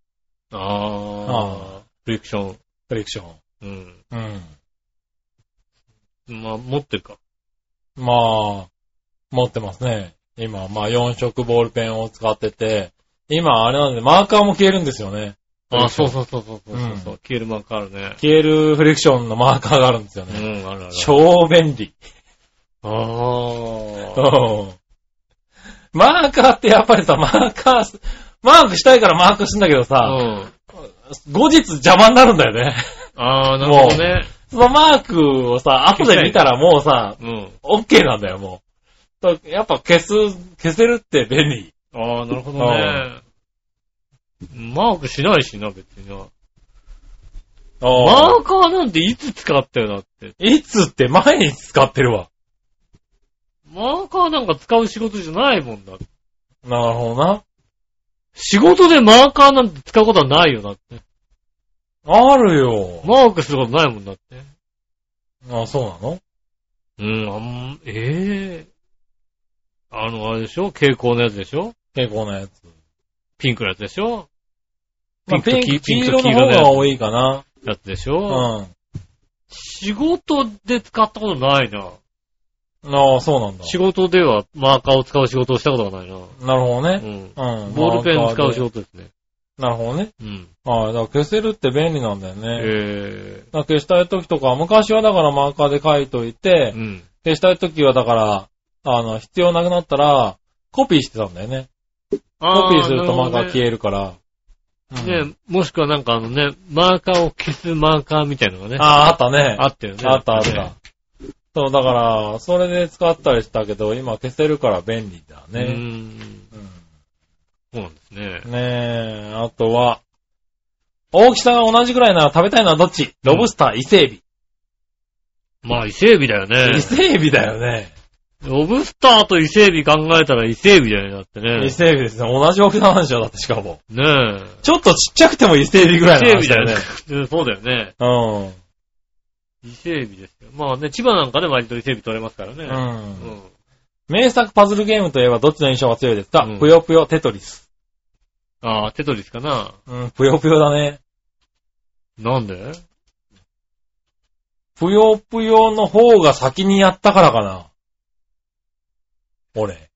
ああ、フリクション。
フリクション。
うん。
うん。
まあ、持ってるか。
まあ、持ってますね。今、まあ4色ボールペンを使ってて、今あれなんで、マーカーも消えるんですよね。
あ、そうそうそうそうそう
うん
そう。消えるマークあるね。
消えるフリクションのマーカーがあるんですよ
う
ね。
ん、あるある。
超便利。
ああ。
うんマーカーってやっぱりさ、マーカーす、マークしたいからマークするんだけどさ、
うん。
後日邪魔になるんだよね。 *laughs*
ああ、なるほどね。
そのマークをさ、後で見たらもうさ、
うん。
OK なんだよ、もう。とやっぱ消す、消せるって便利。
ああ、なるほどね。マークしないしな、別にな。マーカーなんていつ使ったよなって。
いつって毎日使ってるわ。
マーカーなんか使う仕事じゃないもんだって。
なるほどな。
仕事でマーカーなんて使うことはないよなって。
あるよ。
マークすることないもんだって。
あ、そうなの
うん、あん、ええあの、あれでしょ蛍光のやつでしょ
結構なやつ。
ピンクのやつでしょ
まあ
ピンクと黄
黄
ピンク
色
と黄色
の方
のやつ
が多いかな。
やつでし
う
ょ、
ん。
仕事で使ったことないな。
ああ、そうなんだ。
仕事ではマーカーを使う仕事をしたことがないな。
なるほどね。
う
うん。
ん。ボールペンを使う仕
ょ。
事ですね。
なるほどね。
うん。
はい。だから消せるって便利なんだよね。
え
だから消したい時とか、昔はだからマーカーで書いといて
え、うん。
消したい時はだから、あの、必要なくなったら、コピーしてたんだよね。コピーするとマーカー消
え
えるから。うん
ね、もしくはなんかあのね、マーカーを消すマーカーみたいなのがね。
ああ、あったね。
あったよね。
あったあっ
ね
た。。そう、だから、それで使ったりしたけど、今消せるから便利だ
うー
ね。
ん。そうなんですね
う。んねえ、あとは、大きさが同じくらいなら食べたいのはどっちロブスター、伊勢海
まあ、伊勢海老だよ
老。伊
ね。
勢海老だよね。
ロブスターと伊勢海老考えたら伊勢海老だよね。だってね。
伊勢海老ですね。同じ大きさなんでしょだってしかも。
ねえ。
ちょっとちっちゃくても伊勢海老ぐらいの
伊
話
勢
だ
海
よ
老だ
ね
よね。。うんそうだよね。
うん。
伊勢海老ですよ。まあね、千葉なんかで割と伊勢海老取れますからね。
うん
う。ん。
名作パズルゲームといえばどっちの印象が強いですか、
うん
ぷよぷよテトリス。
ああ、テトリスかな。
うん、ぷよぷよだね。
なんで
ぷよぷよの方が先にやったからかな。俺。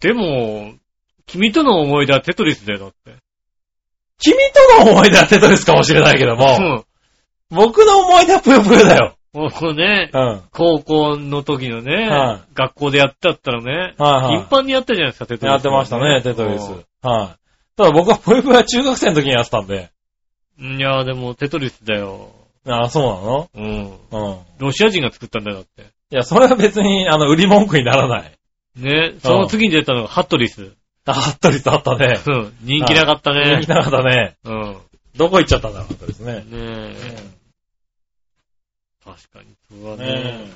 でも、君との思い出はテトリスだよ、だって。
君との思い出はテトリスかもしれないけども、僕の思い出はぷよぷよだよ。
うん。もうね、
うん。はい、
高校の時のね、
は
学校でやったったらね、
はい、
頻繁にやったじゃないですか、テトリス。
やってましたね、テトリス。
う
は
ん
い、ただ僕はぷよぷよは中学生の時にやってたんで。
いやーでも、テトリスだよ。
ああ、そ
うん。
うなのうん。
ロシア人が作ったんだよ、だって。
いや、それは別に、あの、売り文句にならない。
ね、その次に出たのがハットリス。
あ、ハットリスあったね。
うん。人気なかった
*laughs* 人
ね
気。なかったね。
うん。
どこ行っちゃったんだろう、ハットリスね。
ねえ。確かに。そうだね
ね。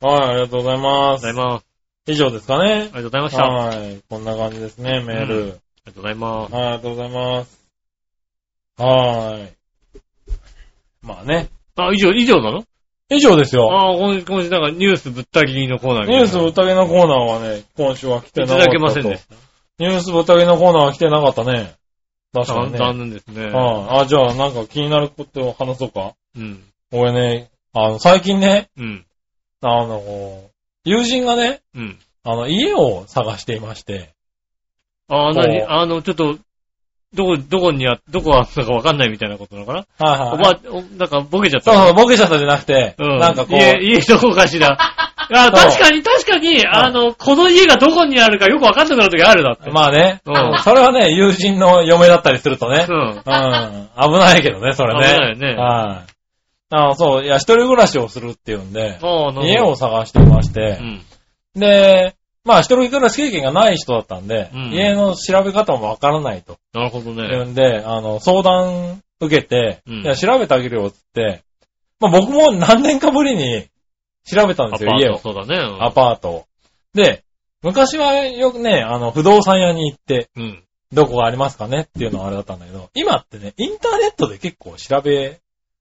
はい、ありがとうございま
ありがとうござい
す。
ます。
以上ですかね
あ。りがとうございました。あ
はい、こんな感じですね、メール。
りがとうございます。
はい、ありがとうございます。はい。まあね。
あ、以上、以上なの
以上ですよ。
ああ、今週、今週なんかニュースぶった切りのコーナーみた
ニ
い
ュ
な
ースぶったけのコーナーはね、今週は来て
い
なか
た
った
だ
と。
けませんでした。
ニュースぶったけのコーナーは来てなかったね。確か
残
にね。
残念ですね。
はいあ、じゃあなんか気になることを話そうか。
うん。
俺ね、あの、最近ね、
うん。
あの、友人がね、
うん。
あの、家を探していまして、
ああ、なに
おう
あの、ちょっと、どこ、どこにあ、どこあったかわかんないみたいなことなのかな
はい
お
はい。
ば、おなんかボケちゃった。
そうそう、ボケちゃったじゃなくて、
うん。
なんかこう、
家、家どこかし
*laughs*
ら。あ
そう
確かに、確かに、あの、この家がどこにあるかよくわかんなくなるときあるだって。
まあね、
う
うんん、それはね、友人の嫁だったりするとね
う、ん。
うん、危ないけどね、それね。
危ないよね
はい。あの、そう、いや、一人暮らしをするっていうんで、
ああ、な
家
るほ
を
ど。
探していまし
う
て、
ん。
で、まあ、一人暮らし経験がない人だったんで、
うん
家の調べ方もわからないと。
なるほど
い
ね。
うんで、あの、相談受けて、
うん
いや、調べてあげるよっつって、まあ僕も何年かぶりに調べたん
ア
です
パ
よ、家
ート、
を。
そうだね。うん
アパートを。で、昔はよくね、あの、不動産屋に行って、
うん。
どこがありますかねっていうのはあれだったんだけど、今ってね、インターネットで結構調べ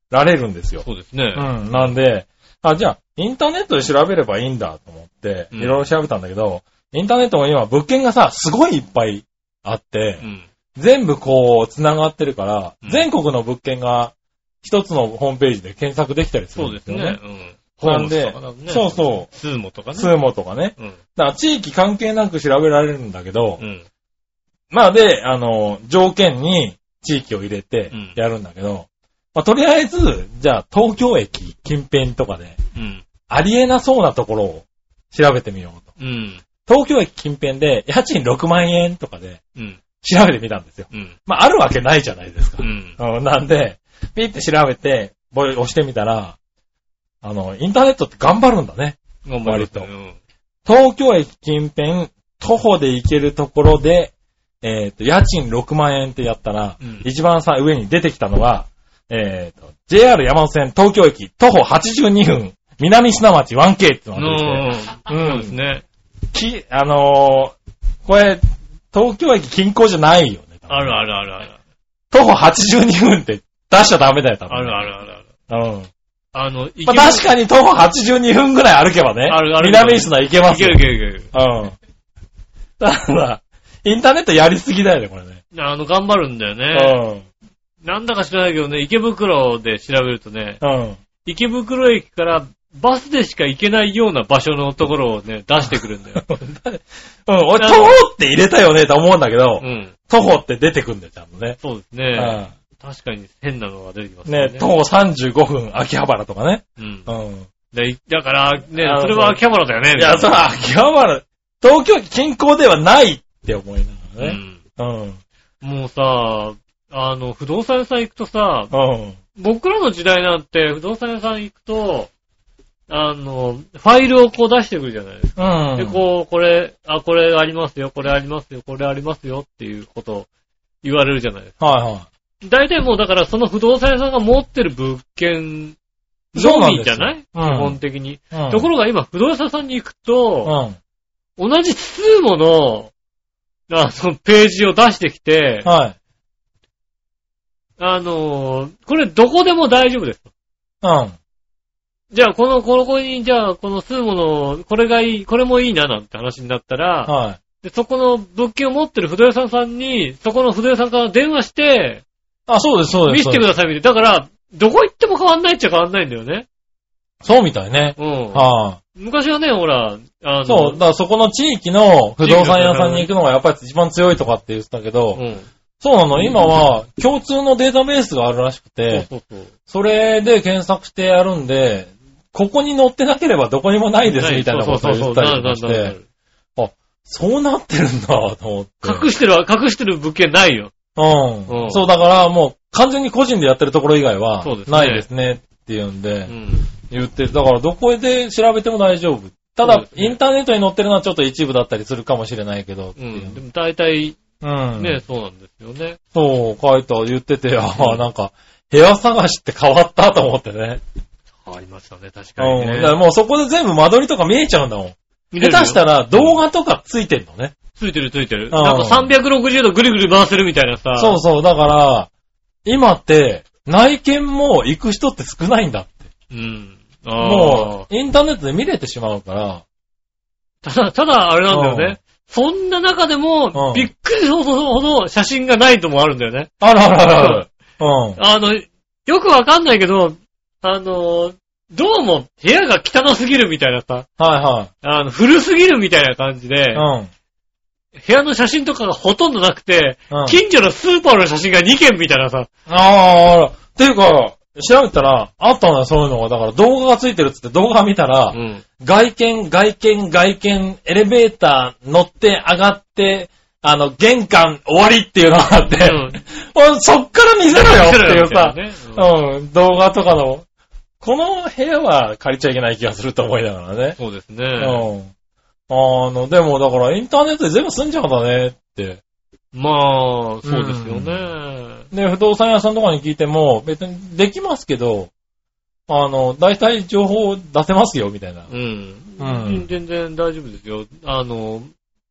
られるんですよ。
そうですね
う。ん。なんで、あ、じゃあ、インターネットで調べればいいんだと思って、
うん
いろいろ調べたんだけど、インターネットも今物件がさ、すごいいっぱいあって、
うん。
全部こう、繋がってるから、
うん
全国の物件が一つのホームページで検索できたりす
そ
る
うんで
です
す
よね。
ね。うん。
なん
ホームズ
で
とかだもん、ね
そうそ
スーモとか
う、
ね。
スーモとかね。
うん。
だから地域関係なく調べられるんだけど、
うん。
まあで、あの、条件に地域を入れて
うん
やるんだけど、まあとりあえず、じゃあ東京駅近辺とかで、
うん。
ありえなそうなところを調べてみようと。
うん。
東京駅近辺で家賃6万円とかで
うん。
調べてみたんですよ。
うん。
まああるわけないじゃないですか。
うん。
うんなんで、ピッて調べて、ボイ押してみたら、あの、インターネットって頑張るんだね。
頑張り
割と
うん。
東京駅近辺、徒歩で行けるところで、えっ、と、家賃6万円ってやったら、
うん
一番さ、上に出てきたのは、えっ、と、JR 山手線東京駅、徒歩82分、南砂町 1K ってのが
うん。そうですね。
出てきて、き、あのーこれ、東京駅近郊じゃないよね。多分
あるあるあるある。
徒歩82分って出しちゃダメだよ、多分。
あるあるあるある。
うん。
あの、い
まあ、確かに徒歩82分ぐらい歩けばね、
あるある
南砂行けます
いける
よ。
いけるいけ
うん。ただ、インターネットやりすぎだよね、これね。
る。あの、頑張るんだよね。なんだか知らないけどね、池袋で調べるとね、
うん。うん。
池袋駅からバスでしか行けないような場所のところをね、出してくるんだよ。
うん、俺、徒歩って入れたよね、と思うんだけど、
うん。
徒歩って出てくんだよ、ちゃんとね。
そうです
う
ね。
ん。
確かに変なのが出てきます
ね、徒歩35分、秋葉原とかね。
うん
う。ん。
でだから、ね
あ、の
それは秋葉原だよね。
いや、それは秋葉原、東京近郊ではないって思いな
う
がらね。
ん。
うん。
もうさ、あの、不動産屋さん行くとさ、
うん。
僕らの時代なんて、不動産屋さん行くと、あの、ファイルをこう出してくるじゃないですか。
うん。
で、こう、これ、あ、これありますよ、これありますよ、これありますよっていうことを言われるじゃないですか。
はいは
大体もうだからその不動産屋さんが持ってる物件
い。そう
の
なん
み
で
じ
す
ゃ
よ
ない基本的に。
うん。
ところが今、不動産屋さんに行くと、
うん。
同じ数もの、あの、ページを出してきて、
はい。
あのーこれどこでも大丈夫です。
うん。
じゃあ、この、この子に、じゃあ、この数もの、これがいい、これもいいな、なんて話になったら、
はい。
でそこの物件を持ってる不動産屋さんに、そこの不動産から電話して、
あ、そうです、そうで
見
す。
せてください、みたいな。だから、どこ行っても変わんないっちゃ変わんないんだよね。
そうみたいね。
うん。
は
昔はね、ほら、あの、
い。そう、だからそこの地域の不動産屋さんに行くのがやっぱり一番強いとかって言ってたけ
う
ど、
ん。
そうなの、今は共通のデータベースがあるらしくて、
そうそうそう。
それで検索してやるんで、ここに載ってなければどこにもないですみたいなことを言ってたりとかし
そうそうそうなるな
て
る、
そうなってるんだと思って。
なる隠してるわ、隠してる物件ないよ。う
うんん。そう、だからもう完全に個人でやってるところ以外は
そうですね
ないですねっていうん
う
で、
ん。
言ってる。だから、どこで調べても大丈夫。
そ
た
う
だ
で、すね
インターネットに載ってるのはちょっと一部だったりするかもしれないけどって
う
い
ん。で
う。
も大体、
うん。
ね、そうなんですよね。
そう、書いた、言っ
*laughs*
てて、ああ、なんか、部屋探しって変わったと思ってね。
変わりましたね、確か
う
に
ん。
ね。
だからもうそこで全部間取りとか見えちゃうんだもん。下手した
ら。
ら動画とかついてんのね。
ついてるついてる。
ん
なんか360度ぐるぐる回せるみたいなさ。
そうそう、だから、今って、内見も行く人って少ないんだって。
う。うん。ああ。
もう、インターネットで見れてしまうから、
ただ、ただ、あれなんだよね。そんな中でも
う、ん
びっくりするほど写真がないともあるんだよね。
あるあるあるある。
あの、よくわかんないけど、あの、どうも部屋が汚すぎるみたいなさ、
うん。は
あの、古すぎるみたいな感じで
い、はい。
部屋の写真とかがほとんどなくて、
うん。うん。
近所のスーパーの写真が2件みたいなさ、
あーあら、っていうか、調べたら、あったのよ、そういうのが。だから動画がついてるっつって動画見たら、
うん。
外見、外見、外見、エレベーター乗って上がって、あの、玄関終わりっていうのがあって、 *laughs* おいそっから見せろよっていうさ、
見せろよみたいなね
うん、動画とかの、この部屋は借りちゃいけない気がすると思いながらね。
そうです
う
ね。
ん。あの、でもだからインターネットで全部済んじゃうんだねって。
まあ、そうですよね。
で、不動産屋さんとかに聞いても、別にできますけど、あの、大体情報出せますよ、みたいな。
うん。
うん
全然大丈夫ですよ。あの、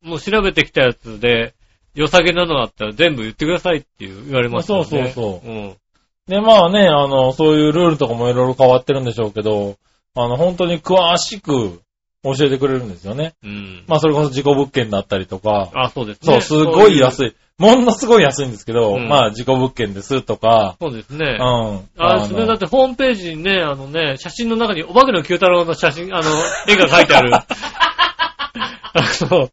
もう調べてきたやつで、良さげなのあったら全部言ってくださいっていう言われましたよね。。
そうそうそう
うん。
で、まあね、あの、そういうルールとかもいろいろ変わってるんでしょうけど、あの、本当に詳しく教えてくれるんですよね。
うん。
まあ、それこそ事故物件だったりとか、
あ、そうですね。
そう、すごい
い
安い。ものすごい安いんですけど、
うん
まあ、事故物件ですとか、
そうです
う
ね
ん。。あ
あれですね、だ
の
ってホームページにね、あのね、写真の中にお化けの九太郎の写真、あの、絵が書いてあ
*laughs*
る。あの、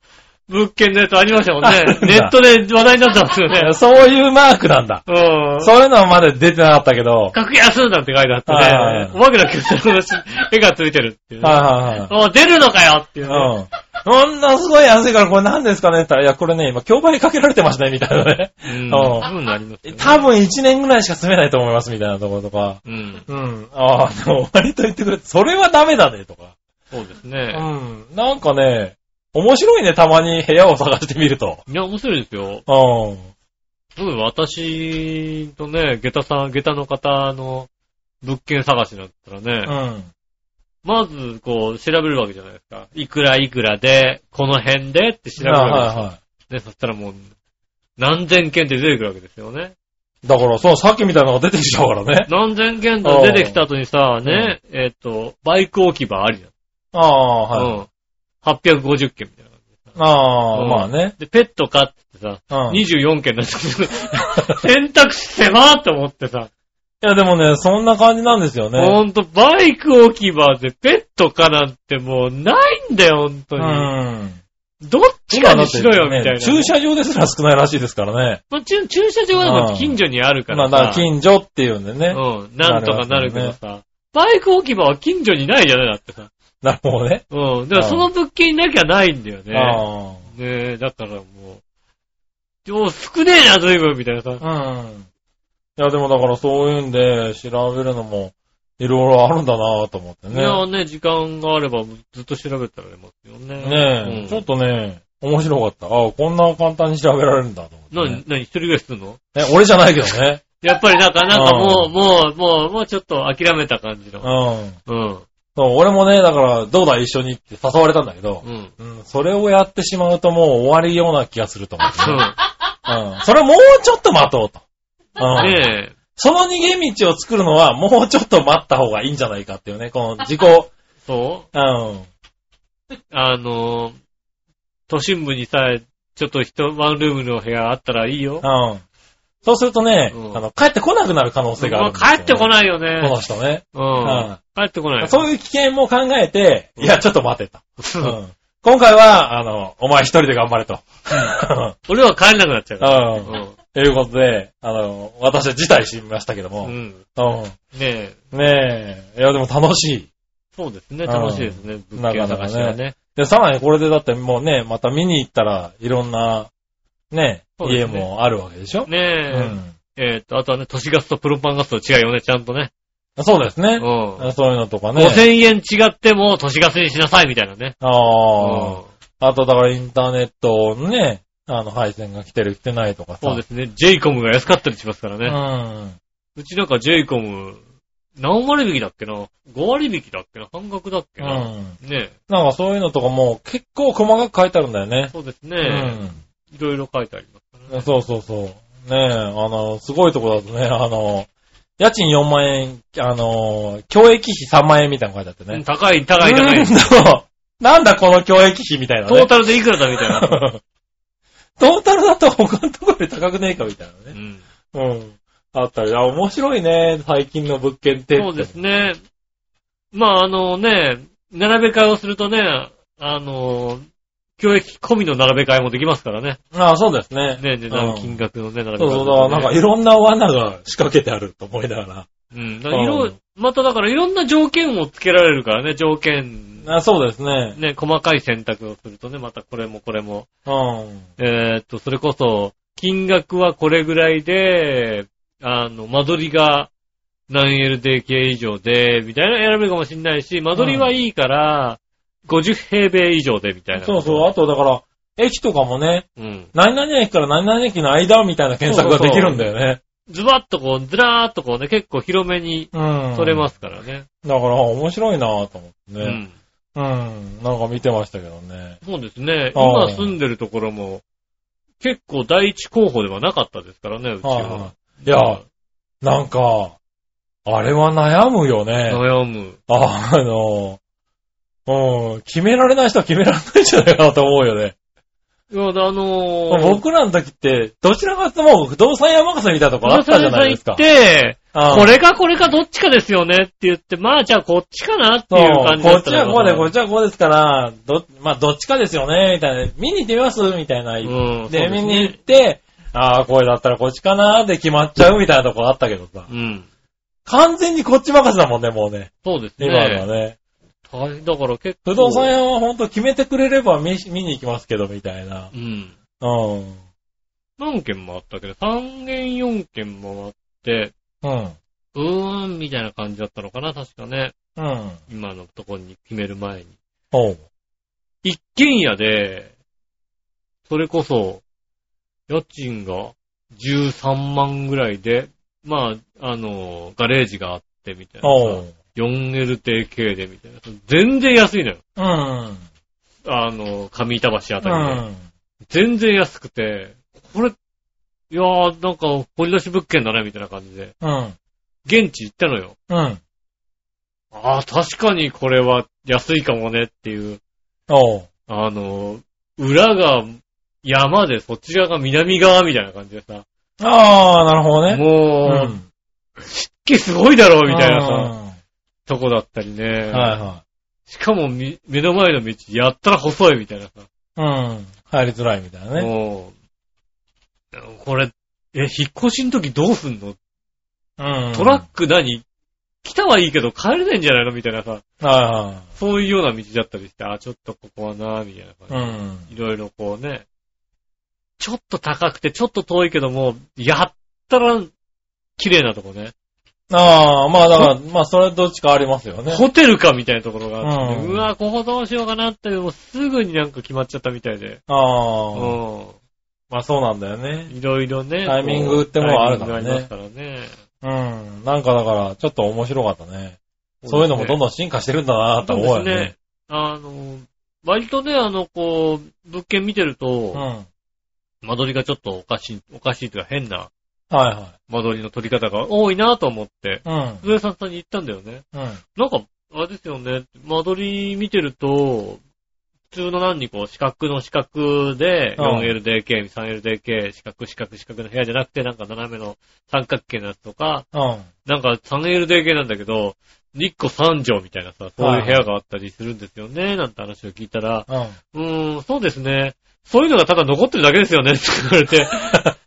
物件のやつありましたもん
ある
ね
ん。だ
ネットで話題になったんですよ
*laughs*
ね。
そういうマークなんだ。
うん。
そういうのはまだ出てなかったけど、
格安なんて書いてあって
はいはい
ね、お化けの九太郎
*laughs*
の絵がついてるっていうね。
はいはいはい。。
お出るのかよっていううんね。
こんなすごい安いからこれ何ですかねって言ったら、いや、これね、今、競売かけられてましたね、みたいなね。
うん。
うん
多分なりますよね
多分1年ぐらいしか住めないと思います、みたいなところとか。
うん。
うん。ああ、でも割と言ってくれて、それはダメだね、とか。
そうですね。
うん。なんかね、面白いね、たまに部屋を探してみると。
いや、面白いですよ。
うん。
例えば私とね、下駄さん、下駄の方の物件探しだったらね、
うん。
まず、こう、調べるわけじゃないですか。いくらいくらで、この辺でって調べる
はい
わけ
は
ですよ。ね、そしたらもう、何千件って出てくるわけですよね。
い。だから、そう、さっきみたいなのが出てきちゃうからね。
何千件と出てきた後にさ、ね、えっ、と、バイク置き場ありじ
ああ、
ゃん。
はい。
うん。850件みたいな。
ああ、
うん
まあね。
で、ペット飼ってさ、
うん。い
24件だった。 *laughs* 選択肢狭ーって思ってさ、
や、でもね、そんな感じなんですよね。
ほんと、バイク置き場でペットかなんてもうないんだよ、ほんと
う
に。
ん。
どっちかにしろよ、みたいな。
ね駐車場ですら少ないらしいですからね。
まあ、駐駐車場はでも近所にあるか
ま
ら
あ、
さ。
だから近所っていうんでね。
うん、なんとかなるけどさ。バイク置き場は近所にないじゃないだってさ。
なるほどね。
うん。だからその物件なきゃないんだよね。
あ
ねえ、だからもう。もう少ねえな、随分、みたいなさ。
あ。うん。いや、でもだからそういうんで、調べるのも、いろいろあるんだなぁと思って
い
ね。
やね、時間があればずっと調べたら出ますよね。
ねえ、
うん
ちょっとね、面白かった。ああ、こんな簡単に調べられるんだと思って、
何
ね。、
何、一人暮らしするの
え、俺じゃないけどね。
やっぱりなんか、なんかもう、
うん
もう、もう、もうちょっと諦めた感じ
うん。
の。
そう、
うん。
俺もね、だから、どうだ一緒にって誘われたんだけど、 *laughs*
うん。
うん、それをやってしまうともう終わりような気がすると思って
う
ね、
ん。
うん。それをもうちょっと待とうと。うん。
ねえ。
その逃げ道を作るのは、もうちょっと待った方がいいんじゃないかっていうね、この自己、う。
そうんあのー、都心部にさえ、ちょっと一、ワンルームの部屋あったらいいよ。
うん。そうするとね、
うん
あの、帰ってこなくなる可能性があ
も
る
う帰ってこ
い。
ないよ
この
ね。
人ね。
うん。帰ってこない。
そういう危険も考えて、いや、ちょっと待てと。
*laughs* うん
うん今回は、あの、お前一人で頑張れと。
俺は帰れなくなっちゃう
*laughs* う
から。
ん。ということで、あの、私は辞退してみましたけど
うん。う
も。
ん。
う
ねえ。
ん。ねえ。いや、でも楽しい。
そうですね。楽しいですね。
うん
物件探しはね。
で、さらにこれでだってもうね、また見に行ったらいろんな、ね、
そうで
家
すね
もあるわけでしょう
ね
ん。
え。えっと、あとはね、都市ガスとプロパンガスの違いよね、ちゃんとね。
そうです
う
ね
ん。。5000
そういうのとかね。
円違っても都市ガスにしなさい、みたいなね。う
ああ
ん。
あとだからインターネットのね、あの配線が来てる来てないとかさ。
そうですね。j イコムが安かったりしますから
う
ね。
ん。
うちなんか j イコム、何割引きだっけな ?5 割引きだっけな半額だっけ
う
な、
ん。
ね
なんかそういうのとかも結構細かく書いてあるんだよね。
そうです
う
ね。
ん。
いろいろ書いてありますからね。
そうそうそう。ねえ、あの、すごいとこだとね、 *laughs* あの、家賃4万円、あの、教育費3万円みたいなの書いてあって
うん
ね。
高い、高い、高
う
い
ん。そうなんだこの教育費みたいな
トー
ね。
タルでいくらだみたいな。
*laughs* トータルだと他のところより高くねえかみたいな
う
ね。 *laughs*
ん、
うん。あったり、あ、面白いね、最近の物件って。
そうですね。まあ、あのね、並べ替えをするとね、あの、教育込みの並べ替えもできますからね。
ああ、そうですね。
ね、値
う
段、
ん
金額のね、並べ替え、
そうそう、だからなんかいろんな罠が仕掛けてあると思いなが
うん。だからいうろ
ん、
まただからいろんな条件をつけられるからね、条件。
ら。あそうですね。
ね、細かい選択をするとね、またこれもこれも。
うん。
えーっと、それこそ、金額はこれぐらいで、あの、間取りが何 LDK 以上で、みたいなの選べるかもしれないし、間取りはいいから、50平米以上で、みたいな。
そうそう、あとだから、駅とかもね、
う。うん。
何々駅から何々駅の間みたいな検索ができるんだよね。
ズバッとこう、ずらーっとこうね、結構広めに
うん。。
取れますすからね。
だから、あ面白いなぁと思って
うん。
ね。うん、なんか見てましたけどね。
そうですね。
あー
今住んでるところも、結構第一候補ではなかったですからね、うち
はい
は
は。い。いや、なんか、あれは悩むよね。
悩む。
あの、うん、決められない人は決められないんじゃないかなと思うよね。
いや、あのー、
僕らの時って、どちらかともう不動産屋任せみたいなとこあったじゃないですか。
不動産屋さん行って、
うん
これかこれかどっちかですよねって言って、まあじゃあこっちかなっていう感じ
そう
だ
こ
っ
ったち
の
はこうで、こっ
ち
ちはこうですから、ど、まあ、どっちかですよね、みたいな。見に行ってみますみたいな。
うんそうで
で、
すね
見に行って、ああ、これだったらこっちかなーで決まっちゃうみたいなとこあったけどさ。
うん。
完全にこっち任せだもんね、もうね。
そうですね。
今のはね。
大変だから結構。
不動産屋はほんと決めてくれれば見し、見に行きますけど、みたいな。
うん。
うん。
何件もあったけど、3件4件もあって、
うん。
うーん、みたいな感じだったのかな、確かね。
うん。
今のとこに決める前に。
ほう。
一軒家で、それこそ、家賃が13万ぐらいで、まあ、あの、ガレージがあってみたい
ほ
な。
う。
4LDK でみたいな。全然安いのよ。
うん。
あの、上板橋あた
う
りで。
ん。
全然安くて、これ、いやー、なんか、掘り出し物件だね、みたいな感じで。
うん。
現地行ったのよ。
うん。
ああ、確かにこれは安いかもねっていう。
ほう。
あの、裏が山で、そっち側が南側みたいな感じでさ。
ああ、なるほどね。
もう、
う
一
ん
気すごいだろ、みたいなさ、
う
とこだったりね。
んはいは
しかもみ、目の前の道、やったら細いみたいなさ。
い。うん。入りづらいみたいなね。
もう、これ、え、引っ越しの時どうすんの
うん
トラック何、来たはいいけど帰れないんじゃないのみたいなさ、
は
そういうような道だったりして、あ、ちょっとここはな、みたいな
いう
感
ん。
じ。いろいろこうね、ちょっと高くて、ちょっと遠いけども、やったら、綺麗なとこね。
ああ、まあだから、まあそれはどっちかありますよね。
ホテルかみたいなところがあってね、
う
うんわ、ここどうしようかなって、もうすぐになんか決まっちゃったみたいで。う
ああ、
ん。
まあそうなんだよね。
いろいろね。
タイミングってものはあるか
から
ね
らね。タイミングがありますからね。
うん。なんかだから、ちょっと面白かったね。そういうのもどん
ん
どん進化してるんだなと
そうで
思う
す
よ
ね
ね。。
あの、割とね、あの、こう、物件見てる
う
と
ん。、はい
間取りがちょっとおかしい、おかしいというか変な
は
間取りの取り方が多いなと思って、
い。うん。
上さんさんに言ったんだよね。
うん。
なんか、あれですよね、間取り見てると、普通の何にこう、四角の四角で、
うん
4LDK、3LDK、四角、四角、四角の部屋じゃなくて、なんか斜めの三角形のやつとか、
うん。
なんか 3LDK なんだけど、1個3畳みたいなさ、そういう部屋があったりするんですよね、なんて話を聞いたら、
うん。
うーん、そうですね。そういうのがただ残ってるだけですよね、って言われ
*laughs*
て。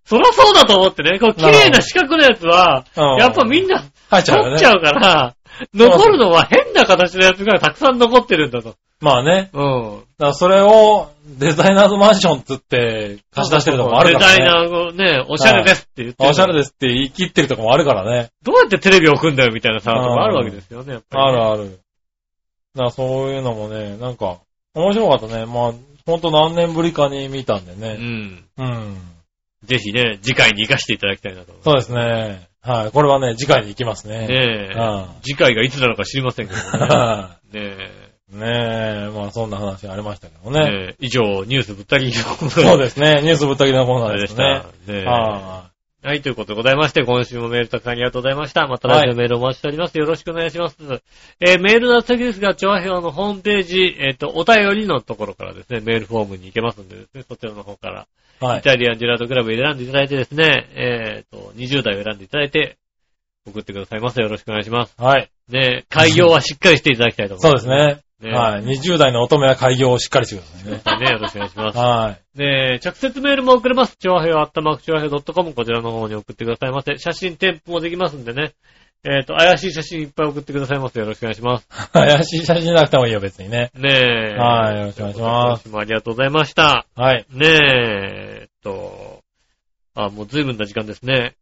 そらそうだと思ってね。こう、綺麗な四角のやつは、
うん
やっぱみんな
入っちゃうよ
取っち
ね。
ゃうから、 *laughs* 残るのは変な形のやつがたくさん残ってるんだと。
まあね。
うん。
だからそれをデザイナーズマンションつって貸し出してるとこもあるか
デザイ
らね。
ナーのね、おしゃれですって言って。
おしゃれ
です。
ですって言い切ってるとこもあるからね。
どうやってテレビ置くんだよみたいなさ、
うん
とかあるわけですよね、やっぱり、
あるある。だからそういうのもね、なんか、面白かったね。まあ、ほんと何年ぶりかに見たんで
う
ね。
ん。
うん。
ぜひね、次回に活かしていただきたいなと思い
そうですね。はい。これはね、次回に行きますね。
ます。ねえ、
うん *laughs*
次回がいつなのか知りませんけどね。ね
は
え。
いねえ、まあそんな話ありましたけどね。
ねえ以上、ニュースぶった切りのコーナー
そうですね。ニュースぶった切りのコー
*laughs* あ
ナー
れ
で
で
し
した
ね
た。。ね
は
はい、ということでございまして、今週もメールたくさんありがとうございました。また来週メールお待ちしております。よろしくお願いします。えーメールの先ですが、調和表のホームページ、えっ、と、お便りのところからですね、メールフォームに行けますんでですね、そちらの方から、
い。は
イ
い。
タリアンジェラートクラブ選んでいただいてですね、えっ、と、20代を選んでいただいて、送ってくださいませ。よろしくお願いします。
はい。
ねえ、開業はしっかりしていただきたいと思
そ
いうま。
ですすね。
ね
はい。20代の乙女は開業をしっかりしてください
*laughs*
ね。
ね。よろしくお願いします。
は
ねえ、直接メールも送れます。調和平あったまく調和平 .com こちらの方に送ってくださいませ。写真添付もできますんでね。えっ、と、怪しい写真いっぱい送ってくださいませ。よろしくお願いします。
い。怪しい写真じゃなくてもいいよ、別にね。
ねえ。
はいよろしくお願いします
今週もありがとうございました。
はい。
ねえ、えっと、あ、もう随分な時間ですね。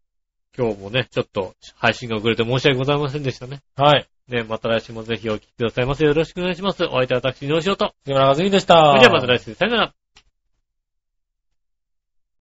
今日もね、ちょっと配信が遅れて申し訳ございませんでしたね。
はい。
ねえまた来週もぜひお聞きくださいませ。よろしくお願いします。お相手は私、井上翔と。
杉村和樹でした。
それではまた来週、さよなら。